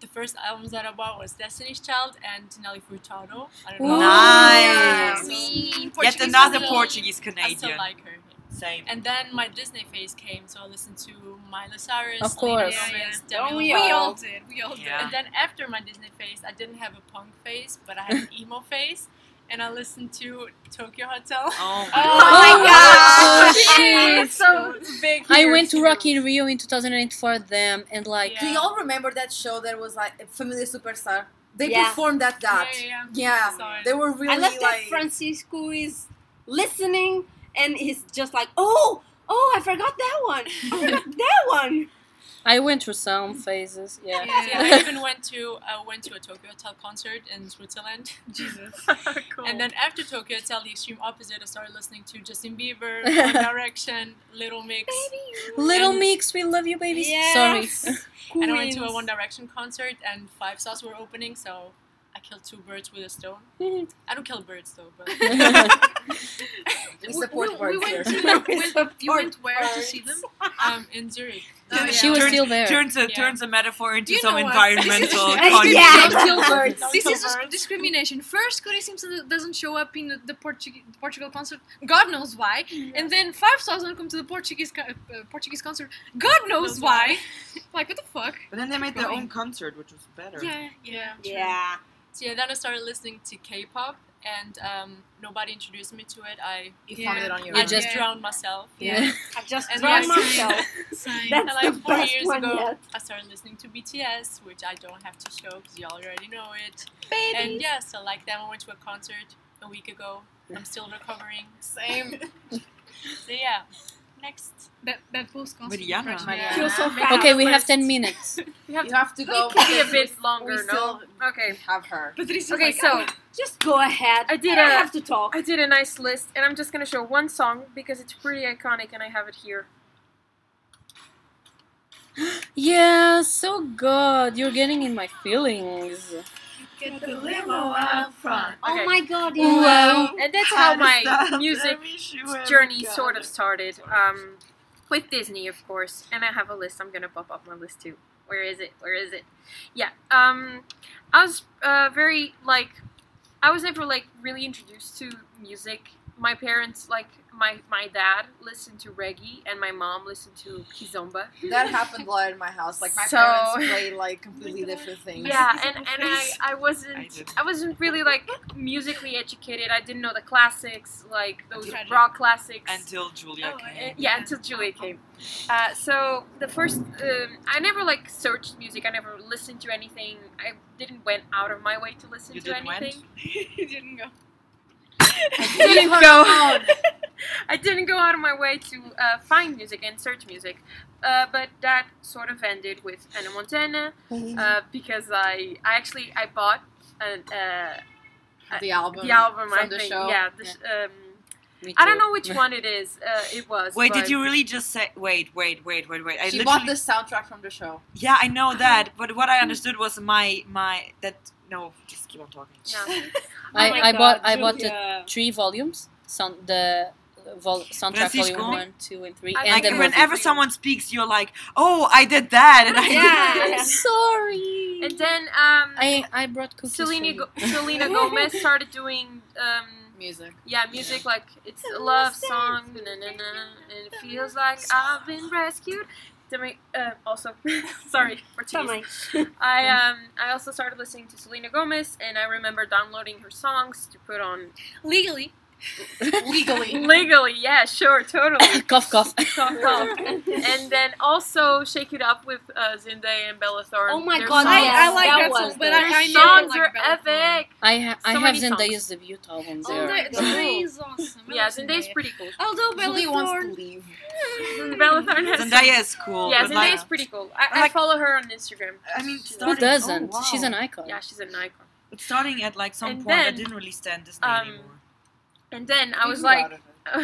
the first albums that I bought was Destiny's Child and Nelly Furtado. I don't Ooh. know. Nice. Me. Yet another Portuguese. I Portuguese still Canadian. like her. Same. And then my Disney phase came, so I listened to Miley Cyrus, Of Selena course. Oh, Gomez, Yeah, yeah. Demi Don't Lovato. we We all did. We all did. Yeah. And then after my Disney phase, I didn't have a punk phase, but I had an emo phase. and I listened to Tokyo Hotel. Oh, my God. shit. so big. I here, went to too. Rock in Rio in 2008 for them, and like Yeah. Do y'all remember that show that was like Familiar Superstar? They Yeah. performed that Yeah, that. yeah, Yeah. yeah. Sorry. They were really I love that like Francisco is listening and he's just like, oh, oh, I forgot that one. I forgot that one. I went through some phases. Yeah. Yeah, yeah, I even went to I went to a Tokyo Hotel concert in Switzerland. Jesus. cool. And then after Tokyo Hotel, the extreme opposite, I started listening to Justin Bieber, One Direction, Little Mix, Little And- Mix, we love you, baby. Yes. Sorry. and I went to a Queens. One Direction concert, and Five Stars were opening, so I killed two birds with a stone. I don't kill birds though, but we support we, we words here. went to, we, you went where to see them? um, in Zurich. Oh, yeah. She was Turns- still there. turns a Yeah. turns a metaphor into You some know what? environmental Yeah. context. Don't kill birds. This is dis- discrimination. First, Cody Simpson doesn't show up in the, the, Portug- the Portugal concert, God knows why. And then Five Stars don't come to the Portuguese co- uh, Portuguese concert, God knows Knows why. like what the fuck? But then they made their Going. own concert, which was better. Yeah, Yeah. Yeah. So yeah, then I started listening to K-pop, and um, nobody introduced me to it. I you found it on your You I own. just- just drowned myself. Yeah. I just And drowned yeah, myself. Same. That's And like the four best years one ago, yet. I started listening to BTS, which I don't have to show because y'all already know it. And yeah, so like then I went to a concert a week ago. I'm still recovering. Same. So yeah, next. That that post concert. With Yana. impression. Mariana. Feel so Okay, fast. Okay, we have 10 minutes. You have, to go. Could be a bit We longer, no? still Okay. Oh have her. Patricia. "Ah." Okay, so Just go ahead. I did I don't a- have to talk. I did a nice list, and I'm just gonna show one song because it's pretty iconic, and I have it here. Yeah, so good. You're getting in my feelings. get the limo out front. Okay. Oh my god, you Wow. And that's how my Stop. music Let me shoot journey every sort guy. of started. Um, with Disney, of course, and I have a list. I'm gonna pop up my list too. Where is it? Where is it? Yeah. Um, I was uh, very like, I was never like really introduced to music. My parents, like my my dad, listened to reggae, and my mom listened to kizomba. That happened a lot in my house. Like my So- parents play like completely different things. Yeah, and, and I, I I wasn't didn't. I wasn't really like musically educated. I didn't know the classics, like those Tragic. rock classics. Until Julia Oh, Uh, came. yeah, until Julia came. Uh, so the first, um, I never like searched music. I never listened to anything. I didn't went out of my way to listen You to didn't went? anything. you didn't go. didn't go. I didn't go out of my way to uh, find music and search music. Uh, but that sort of ended with Anna Montana uh, because I, I actually I bought an, uh, The album. the album. from I the think show. yeah. The, Um, I don't know which one it is. Uh, it was. Wait, did but- you really just say? Wait, wait, wait, wait, wait. I She literally, bought the soundtrack from the show. Yeah, I know that, but what I understood was my my that no, just keep on talking. Yeah. I, uh, I bought I bought the three volumes. Sound the uh, vol, soundtrack Francisco. volume one, two, and three, I- and Like the then whenever movie. someone speaks, you're like, "Oh, I did that," and I Yeah. I'm sorry. And then um, I I brought cookies. Selena for Go- Selena Gomez started doing um Music. yeah music like it's a love song na, na, na, and it feels like I've been rescued. Then we- uh, also sorry Portuguese. Sorry. I um I also started listening to Selena Gomez and I remember downloading her songs to put on Legally. Legally. legally. Yeah, sure, totally. you. cough cough. Cough, cough. Um, and then also Shake It Up with uh, Zendaya and Bella Thorne. Oh my Their God, songs, yes. I, I like that that, was song, but good. I, I their know I songs like are Bella Thorne. epic. I ha- I So have many songs. Zendaya's debut album Oh, there. that- Zendaya is awesome. I Yeah, love Zendaya's Zendaya. pretty cool. Although Bella Julie wants to Thorne, leave. Bella Thorne has Zendaya is cool. Yeah, but like, Zendaya's pretty cool. I, I Like- follow her on Instagram. I mean, Who starting, doesn't? Oh, wow. She's an icon. Yeah, she's an icon. But starting at like some And point, I then, didn't really stand Disney um, anymore. And then I We was grew out like, of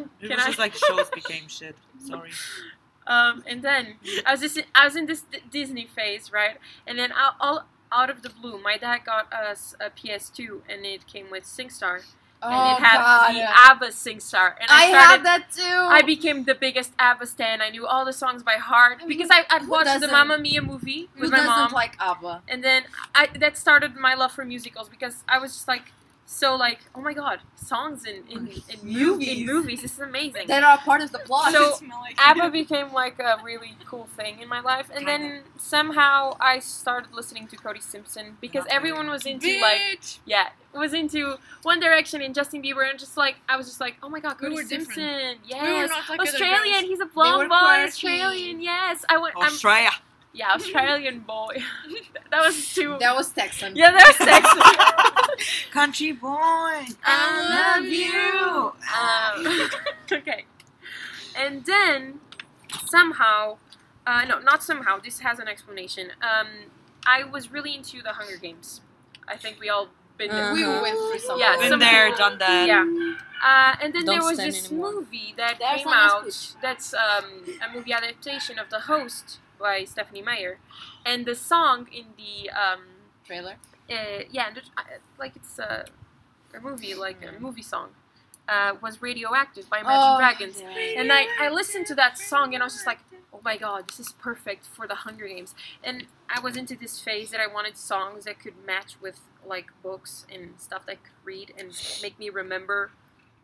it. It can was I- just like shows became shit. Sorry. um, and then I was just I was in this D- Disney phase, right? And then all, all out of the blue, my dad got us a PS2, and it came with SingStar, and Oh it had god. the ABBA SingStar, and I I, had started. that too. I became the biggest ABBA stan. I knew all the songs by heart I mean, because I, I'd who watched the doesn't? Mamma Mia movie Who with my doesn't mom. like ABBA? and then I that started my love for musicals because I was just like so like oh my god songs in in, in movies in Movies. movies this is amazing. That are part of the plot. So- smell like ABBA became like a really cool thing in my life, and then somehow I started listening to Cody Simpson because Not really. everyone was into like bitch. yeah was into One Direction and Justin Bieber, and just like I was just like, oh my god, We Cody were different. Simpson, yes, We were not like other Australian, girls. he's a blonde were boy, quirky. Australian, yes, I went, I'm, Australia. yeah, Australian boy. that was too. That was Texan. yeah, that was sexy. Country boy. I love you. Um, okay. And then somehow, uh, no, not somehow. This has an explanation. Um, I was really into the Hunger Games. I think we all been there. We Uh-huh. went through some. Yeah, Been some there, people- done that. Yeah. Uh, and then Don't there was stand this anymore. movie that There's came not much out speech. that's um, a movie adaptation of The Host by Stephanie Meyer. And the song in the um, trailer. uh, yeah, and it- uh, like it's a, a movie, like Hmm. a movie song, uh, was Radioactive by Imagine Oh, Dragons. And I, I listened to that song and I was just like, oh my god, this is perfect for the Hunger Games. And I was into this phase that I wanted songs that could match with like books and stuff that I could read and make me remember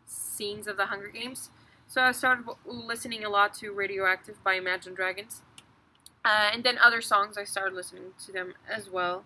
scenes of the Hunger Games. So I started w- listening a lot to Radioactive by Imagine Dragons. Uh, and then other songs, I started listening to them as well.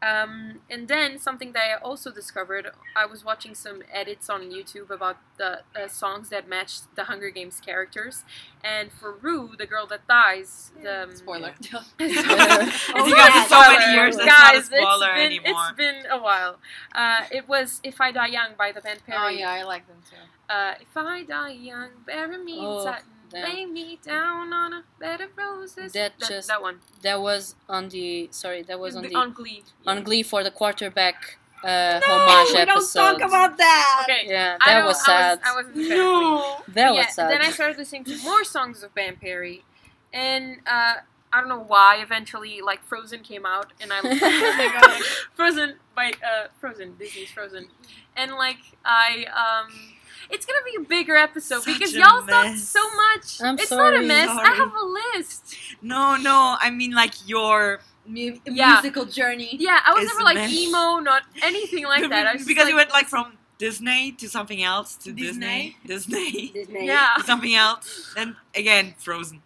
Um, and then something that I also discovered, I was watching some edits on YouTube about the uh, songs that matched the Hunger Games characters. And for Rue, the girl that dies, the um, Spoiler. Oh, you guys, yeah, it's so many spoiler. years, that's not a Guys, spoiler it's been, anymore. It's been a while. Uh, it was "If I Die Young" by the band Perry. Oh yeah, I like them too. Uh, if I die young, bury me Oh, inside, damn. lay me down on a bed of roses. That just- that one That was on the sorry. That was on the on Glee. on Glee for the quarterback uh, homage episode. that. Okay, Yeah, I that don't- was I sad. was, I wasn't a fan of Glee. that yeah, was sad. Then I started listening to more songs of Bam Perry, and uh, I don't know why. Eventually, like Frozen came out, and I oh Frozen by uh, Frozen Disney's Frozen, and like I um. It's gonna be a bigger episode Such because a y'all talked mess. so much. I'm it's not a sorry. mess. I Sorry. have a list. No, no. I mean, like your Mu- Yeah. Musical journey. Yeah, I was It's never like mess. emo, not anything like that. I was just because you like, went like from Disney to something else to Disney, Disney, Disney. yeah. to something else, then again Frozen.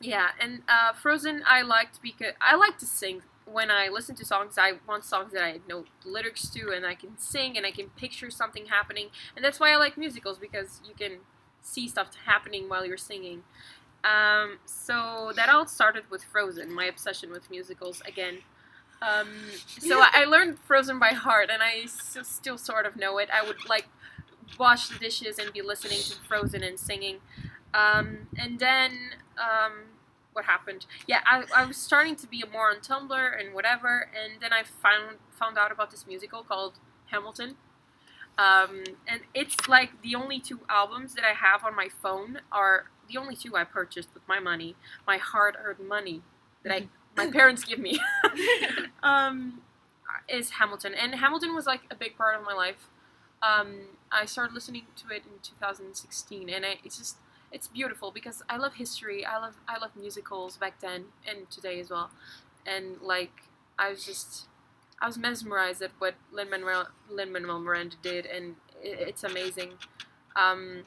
Yeah, and uh, Frozen I liked because I like to sing. When I listen to songs, I want songs that I know the lyrics to, and I can sing, and I can picture something happening, and that's why I like musicals because you can see stuff happening while you're singing. Um, so that all started with Frozen, my obsession with musicals again. Um, so I I learned Frozen by heart, and I s- still sort of know it. I would like wash the dishes and be listening to Frozen and singing. Um, and then um, what happened? Yeah, I, I was starting to be more on Tumblr and whatever, and then I found found out about this musical called Hamilton. Um, and it's like the only two albums that I have on my phone are the only two I purchased with my money, my hard-earned money that I my parents give me. um, is Hamilton, and Hamilton was like a big part of my life. Um, I started listening to it in 2016, and I, it's just it's beautiful because I love history. I love I love musicals back then and today as well, and like I was just I was mesmerized at what Lin Manuel Lin Manuel Miranda did, and it, it's amazing. Um,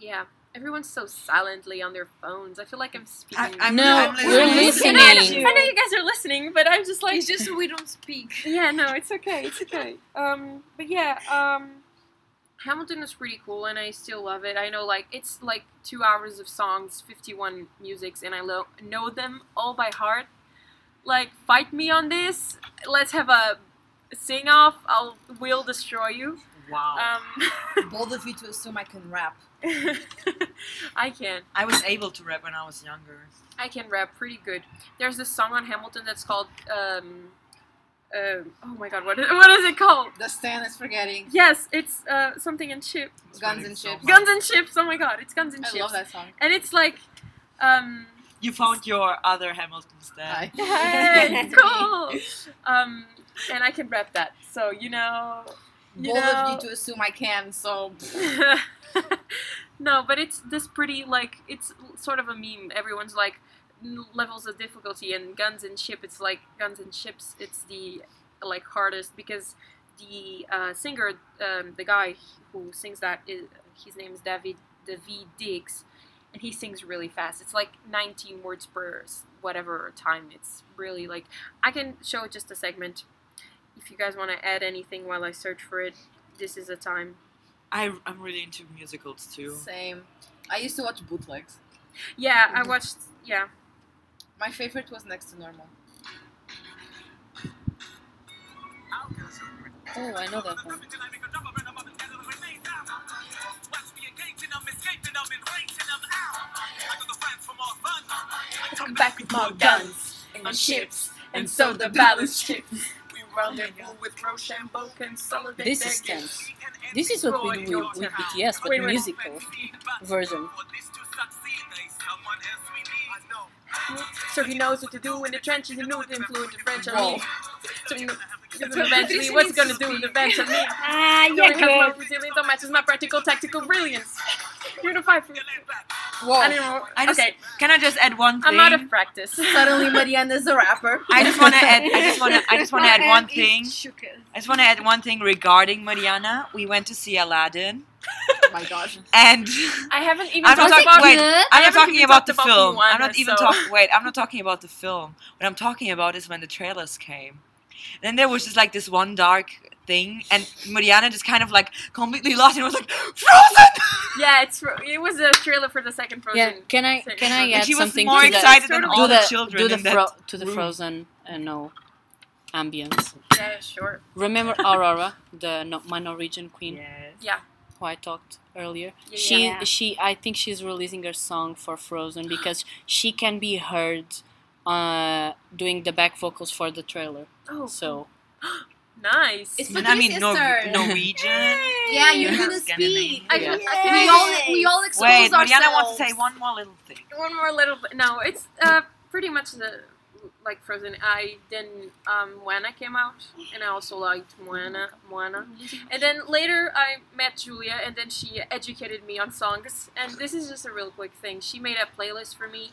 yeah, everyone's so silently on their phones. I feel like I'm I, speaking. I'm, No, I'm we're I listening. know, I know- I know you guys are listening, but I'm just like It's just we don't speak. yeah, no, it's okay, it's okay. Um, but yeah, um, Hamilton is pretty cool, and I still love it. I know, like, it's like two hours of songs, fifty-one musics, and I lo- know them all by heart. Like, fight me on this. Let's have a sing off. I'll will destroy you. Oh. Wow. Um, Both of you to assume I can rap. I can. I was able to rap when I was younger. I can rap pretty good. There's this song on Hamilton that's called. Um, um, oh my god, what is, what is it called? The stand is forgetting. Yes, it's uh, something in chip. It's Guns funny, and so Chips. much. Guns and Chips. Oh my god, it's Guns and I Chips. love that song. And it's like, um, You found your other Hamilton star. Hi. hey, cool. Um, and I can rap that. So you know, you Bold know. of you to assume I can, so no, but it's this pretty like it's sort of a meme. Everyone's like n- levels of difficulty and guns and ship. It's like guns and ships. It's the like hardest because the uh, singer, um, the guy who sings that, is, his name is David David Diggs, and he sings really fast. It's like 19 words per s- whatever time. It's really like I can show just a segment. if you guys want to add anything while I search for it, this is a time. I, I'm really into musicals too. Same. I used to watch bootlegs. Yeah, I watched. Yeah, My favorite was Next to Normal. Oh, I know that one. Come back with more guns and ships, and so the balance shifts. We rendezvous with Rochambeau, consolidate This is tense. This is what we do with, with BTS, but musical version. So he knows what to do in the trenches. He knew what to influence the French Wow. army. So he knew- eventually, what's he gonna do with the French army? Ah, Doing yeah, has my girl. resilience that matches my practical tactical brilliance. Unify for I Whoa. don't know. I just- okay, Can I just add one thing? I'm out of practice. Suddenly, Mariana's a rapper. I just want to add. I just want to. I just want to add one And thing. It's sugar. I just want to add one thing regarding Mariana. We went to see Aladdin, Oh my gosh. and I haven't even I'm not talked talking. about wait, I'm not haven't talking even about talked the about film. Moana, I'm not even so- talking. Wait, I'm not talking about the film. What I'm talking about is when the trailers came. Then there was just like this one dark thing, and Mariana just kind of like completely lost and was like frozen. Yeah, it's fro- it was a trailer for the second Yeah, Frozen. can I can I And add she was something more to the, excited than Do all do the, the, children do the in that fro- to the room. frozen uh, no ambience? Yeah, sure. Remember Aurora, the no- my Norwegian queen who I talked earlier? Yeah, she yeah. she I think she's releasing her song for Frozen because she can be heard uh, doing the back vocals for the trailer. Oh, So nice. It's And I mean, Patricia's Nor- turn. Norwegian. Yeah, you're Yeah. gonna Scandinavian. speak. I, Yeah. I think Yay. We all we all expose Wait, ourselves. Mariana wants to say one more little thing. one more little bit. No, it's uh, pretty much the like Frozen. I then um, Moana came out, and I also liked Moana. Moana, and then later I met Julia, and then she educated me on songs. And this is just a real quick thing. She made a playlist for me.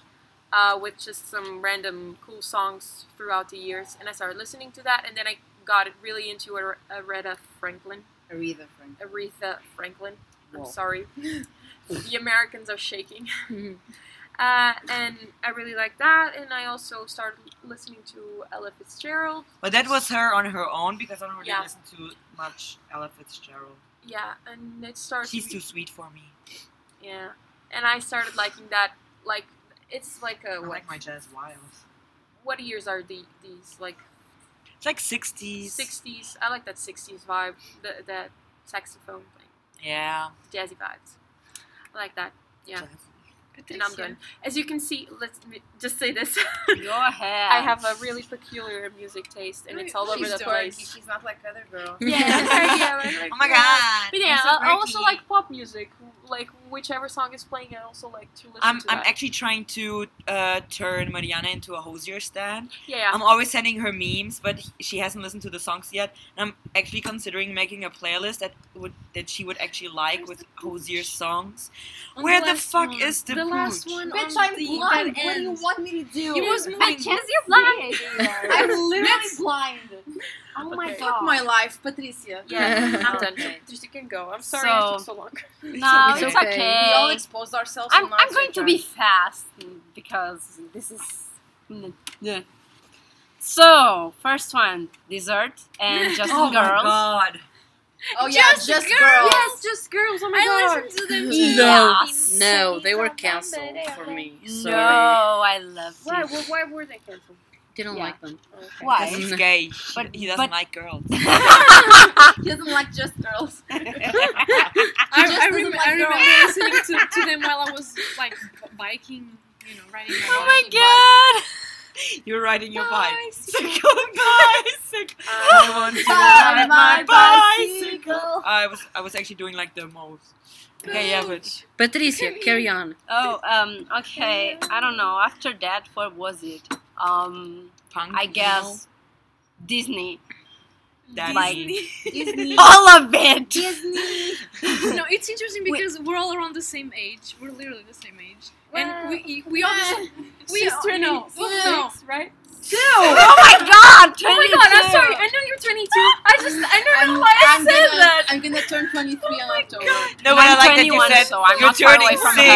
Uh, with just some random cool songs throughout the years, and I started listening to that, and then I got really into Ar- Aretha Franklin. Aretha Franklin. Aretha Franklin. I'm Wow. sorry. the Americans are shaking. Mm-hmm. Mhm. Uh, and I really like that. And I also started listening to Ella Fitzgerald. But that was her on her own because I don't really Yeah. listen to much Ella Fitzgerald. Yeah, and it started. She's too sweet for me. yeah, and I started liking that. Like it's like a I what? like my jazz wild. what years are the, these? Like It's like 60s. 60s. I like that 60s vibe. The, that saxophone thing, Yeah. jazzy vibes. I like that. Yeah, Jazz. and I'm done. As you can see, let's me- just say this. Your hair. I have a really peculiar music taste, and it's all over She's the dorky. place. She's not like other girls. Yeah, yeah, right, like, Oh my yeah. god. But yeah, I'm so I I also dorky. like pop music, like whichever song is playing, I also like to listen I'm, to I'm that. actually trying to uh, turn Mariana into a hosier stand. yeah, yeah. I'm always sending her memes, but he- she hasn't listened to the songs yet. And I'm actually considering making a playlist that would that she would actually like with hosier songs. Where the, fuck is the the last pooch? one? Bitch, on I'm the- blind. that What do you ends. want me to do? It was I moving. guess you're blind. I'm literally blind. Oh my Okay. Fuck god. my life, Patricia. Yeah, I'm done. Okay. Just you can go. I'm sorry I took so long. No, okay. it's It's We all okay. expose ourselves. I'm, on I'm our going to Twitter. be fast because this is. Yeah. So, first one dessert and just Oh my girls. god. Oh yeah, just, girls. Yes, just girls. Oh my I god. listened to them. no, in- no, in they were November, cancelled they for were- me. No, Sorry, I love Why? you. Well, why were they canceled? didn't Yeah. like them. Why? He's gay. But- he doesn't but- like girls. He doesn't like just girls. I, just I, doesn't rem- like I remember girls. listening to, to them while I was like biking, you know, riding my Oh bike. my god! You're riding your bike. Bicycle. bicycle. I want to Ride ride my my bicycle. bicycle. I was I was actually doing like the most. Okay, yeah, but Patricia, carry on. Oh, um, okay. I don't know. After that, what was it? Um, punk. I guess Disney. that like- Disney. All of it. Disney. no, it's interesting because we're all around the same age. We're literally the same age, and we we obviously we She's you know, no. right? Oh my god! Oh my god! I'm sorry. I know you're 22. I just I don't know why I I'm said gonna, that. I'm gonna turn 23 on October. no, but I I'm like that 21, you said so I'm you're not far turning away from six.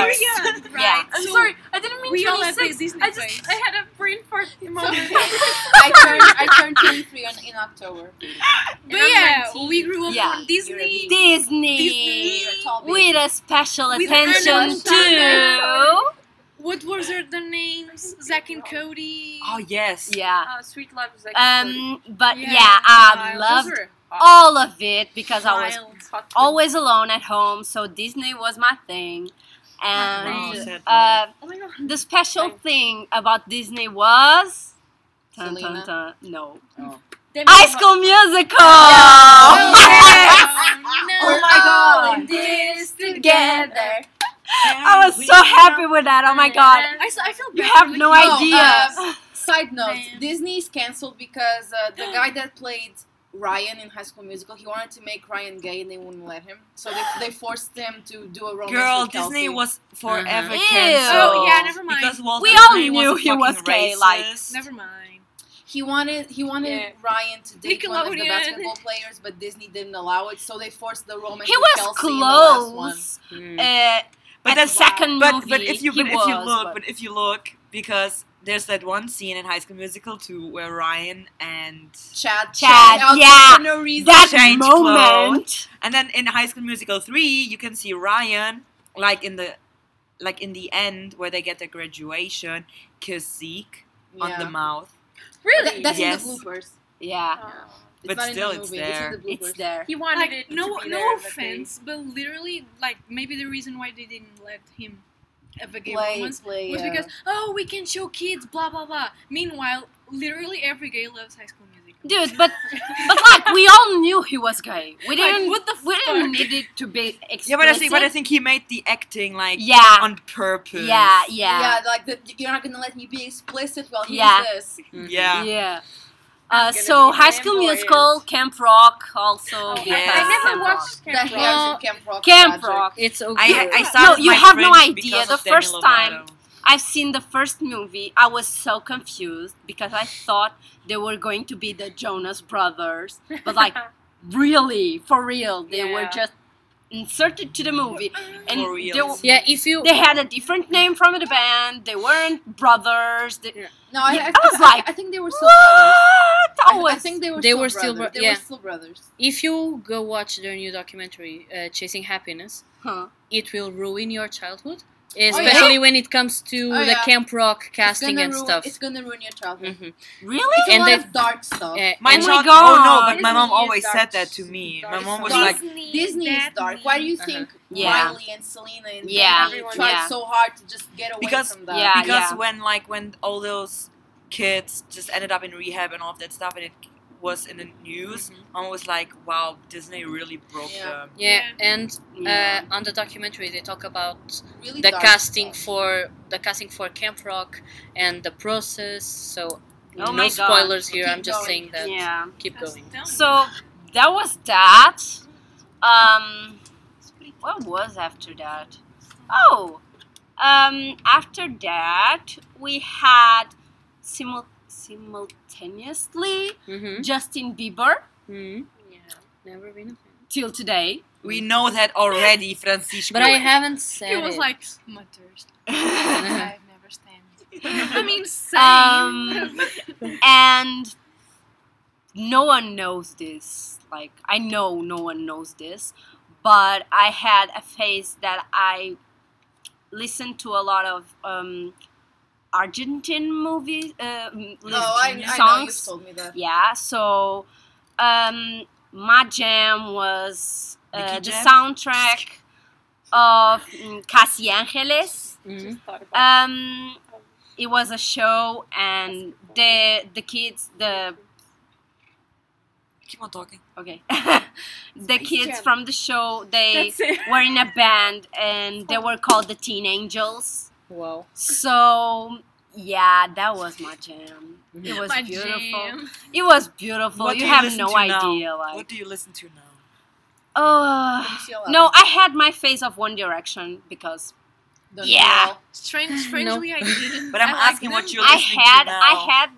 her. Yeah. I'm sorry. I didn't mean we all have 26. this Disney I just face. I had a brain fart moment. I turned I turned 23 on, in October. but yeah, we grew up Yeah, on Disney. Disney, Disney. with a special With attention Arnold to Schwarzenegger. What was their, their names? Zack and Cody. Oh yes. yeah. Uh, sweet love is like Um, but yeah, I Wild. loved Those were all of it because I was wild. hot always alone at home, so Disney was my thing. Wow, And sad uh, Oh my god. the special thing about Disney was. Dun, dun, Selena. dun. no. Demi High School Musical! Oh my God. This Together. And I was we so happy with that. Oh my god. I, s- I feel You bad have for the no kids. idea. uh, Side note: Damn. Disney is canceled because uh, the guy that played Ryan in High School Musical, he wanted to make Ryan gay, and they wouldn't let him. So they, they forced him to do a romance. Girl, with Kelsey. Disney was forever Mhm. Ew. canceled. Oh yeah, never mind. Because Walt Mm-hmm. We Disney all knew was a he was fucking gay, racist. like- Never mind. He wanted he wanted Yeah. Ryan to date one of the Nickelodeon. basketball players, but Disney didn't allow it, so they forced the romance. He with was Kelsey in the last one. close mm, uh, but at the that's second but movie. but if you he but if you was, look but- but if you look because there's that one scene in High School Musical 2 where Ryan and Chad, Chad, out yeah. for no reason. that Change moment. and then in High School Musical 3 you can see Ryan like in the like in the end where they get their graduation kiss Zeke on Yeah. the mouth. That- that's Yes. in the bloopers. It's Yeah, But not in still the it's movie. there. It's in the bloopers. it's there. He wanted Like it to no, be no there, but they- offense, but literally, like maybe the reason why they didn't let him have a gay Play, romance play, was uh, because oh, we can show kids, blah blah blah. Meanwhile, literally every gay loves High School Musical. Dude, but but like we all knew he was gay. We didn't. what the we didn't fuck? need it to be explicit. Yeah, but I think but I think he made the acting like Yeah, on purpose. yeah, yeah, yeah, like the, you're not gonna let me be explicit. Well, here's Yeah. this. Yeah. yeah. Uh, gonna so be High School fanboy Musical, Camp Rock, also. I- Yes. I, never Camp Rock. watched The Camp Rock. hairs in Camp Rock. Camp project. Rock. It's okay. I, I no, started you my have no French idea. because The of Demi first time Lovato. I've seen the first movie, I was so confused because I thought they were going to be the Jonas Brothers, but like really, for real, they were Yeah. just inserted to the movie, and For they, reals. were- Yeah, if you they had a different name from the band. They weren't brothers. They, No, I, Yeah, I, I was think- like, I think they were still brothers. what? I, I I was- think they were. They still were still brothers. bro- They yeah. were still brothers. if you go watch their new documentary, uh, Chasing Happiness, Huh. it will ruin your childhood, especially when it comes to Oh, the yeah. Camp Rock It's casting gonna and ruin- stuff. It's gonna ruin your childhood. Mhm. really? It's a And lot they've- of dark stuff. Uh, My and- Oh my mom- God. Oh no, but my Disney mom is always dark said that to s- me. dark My mom was stuff. like, Disney is dark. Why do you Uh-huh. think Yeah. Riley and Selena and Yeah. Demi Everyone- tried yeah. so hard to just get away Because- from that? Yeah. because when like when all those kids just ended up in rehab and all of that stuff, and it was in the news, mom was like, wow, Disney really broke Yeah. them. yeah, Yeah. and Yeah. uh, on the documentary they talk about Really the dark casting stuff. for the casting for Camp Rock and the process. So Oh no my God. spoilers here. Keep I'm just going. saying that. yeah. Keep going. So that was that. Um, what was after that? Oh, um, after that we had simul- simultaneously Mm-hmm. Justin Bieber hmm Yeah. Never been a fan. till today. We know that already, Francisco. But I haven't said He was it. like mutters. Uh-huh. I've never stand. I mean, same. Um, and no one knows this. Like I know no one knows this, but I had a phase that I listened to a lot of um, Argentine movies, uh, m- Oh, I, songs. I know you told me that. Yeah, so um, my jam was uh, Nicky the Jam? soundtrack of mm, Casi Angeles. Mhm. Just thought about Um, it was a show, and the the kids, Uh, the Keep on talking. okay, the kids Jam. from the show, they That's it. were in a band, and they were called the Teen Angels. wow. So yeah, that was my jam. It was My beautiful. jam. It was beautiful. What do you you have listen no to now? idea, What like do you listen to now? oh. Lucy Alaba. No, I had my phase of One Direction because Don't yeah. know. Strange, strangely, I didn't. But I'm I like asking them. what you're I listening had to now. I had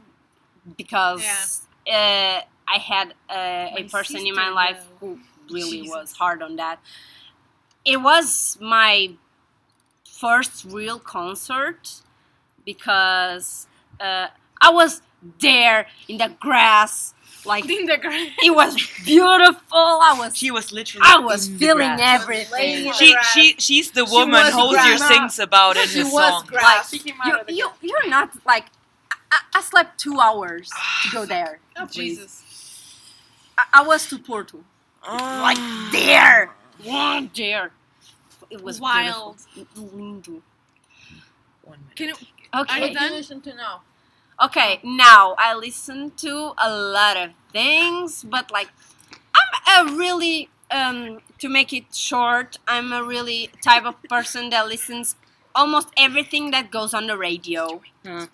because uh, I had uh, a My person in my sister, life though. who really Jesus. was hard on that. It was my first real concert because uh, I was there in the grass. Like In the ground. it was beautiful. I was She was literally. I was in the feeling grass. everything. Laying She Grass. she she's the woman was Hosier grass. sings about in She his was song. grass. You, you, you're not like I, I- I slept two hours to go there. Oh, Jesus. I, I was to Porto, like Ah. there, one there. It was Wild. beautiful. Lindo. Can you, Okay, Are you done? listen to now. Okay, now I listen to a lot of things, but like I'm a really um to make it short, I'm a really type of person that listens almost everything that goes on the radio. Mm.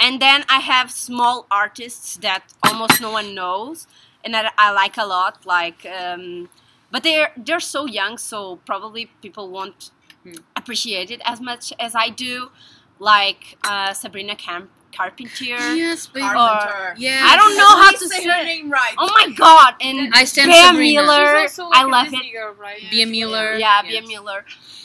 And then I have small artists that almost no one knows and that I like a lot like um but they're they're so young so probably people won't Hmm. Mm. appreciate it as much as I do like uh, Sabrina Camp Carpenter. Yes, baby. Carpenter. Yeah. I don't know how to say say her it. name right. Oh my god! And I stand Bea Sabrina. Miller, uh, She's also like I a love Disney it. girl, right? Bea Miller. Yeah, yes. Bea Miller,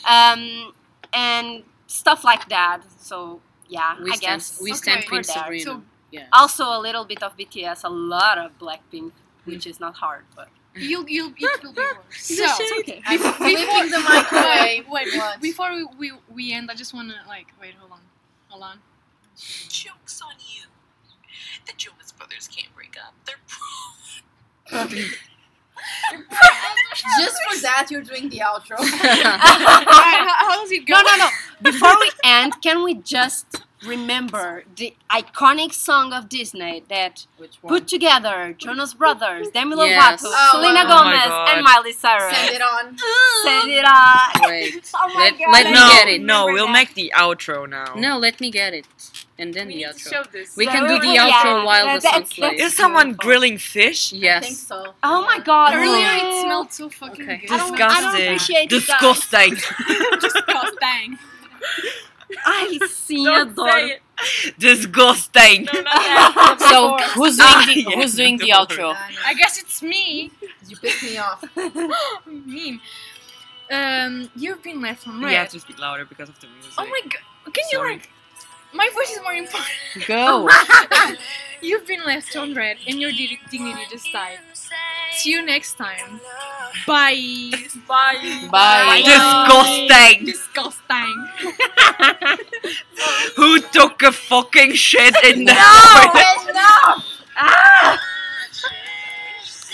um, and stuff like that. So yeah, We I stand, guess we Okay. stand We're Queen there. Sabrina. so yeah. Also a little bit of BTS, a lot of Blackpink, which is not hard, but you'll you'll be you'll be bored. So okay. I'm flipping the mic away. wait, wait be- What? before we, we we end, I just wanna like wait, hold on, hold on. Joke's on you. The Jonas Brothers can't break up. They're Just for that, you're doing the outro. Alright, how, how does it go? No, no, no. Before we end, can we just remember the iconic song of Disney that Which one? put together Jonas Brothers, Demi Lovato, Yes. Oh, wow. Selena Oh my Gomez, God. and Miley Cyrus. Send it on. Send it on. Wait. Oh my Let- god. let I me no, get it. no, remember we'll that. make the outro now. No, let me get it. And then We the need to outro. show this. We can do the Yeah, outro while the that's- song plays. Is that's someone beautiful. grilling fish? I think Yes. so. Oh my god. Earlier no. it smelled so fucking Okay. good. I don't- I don't Disgusting. appreciate you guys. Disgusting. God dang. I seen a Don't say door. it. Disgusting. No, not that. So who's doing the Yeah, who's doing the don't outro? I know. I guess it's me. you picked me off. mean. Um, you've been left on You red. have to speak louder because of the music. Oh my god! Can you Sorry. like? My voice is more important. Go. You've been left on red, and your di- dignity just died. See you next time. Bye. Bye. Bye. Disgusting. Disgusting. Who took a fucking shit in the No, enough. Ah.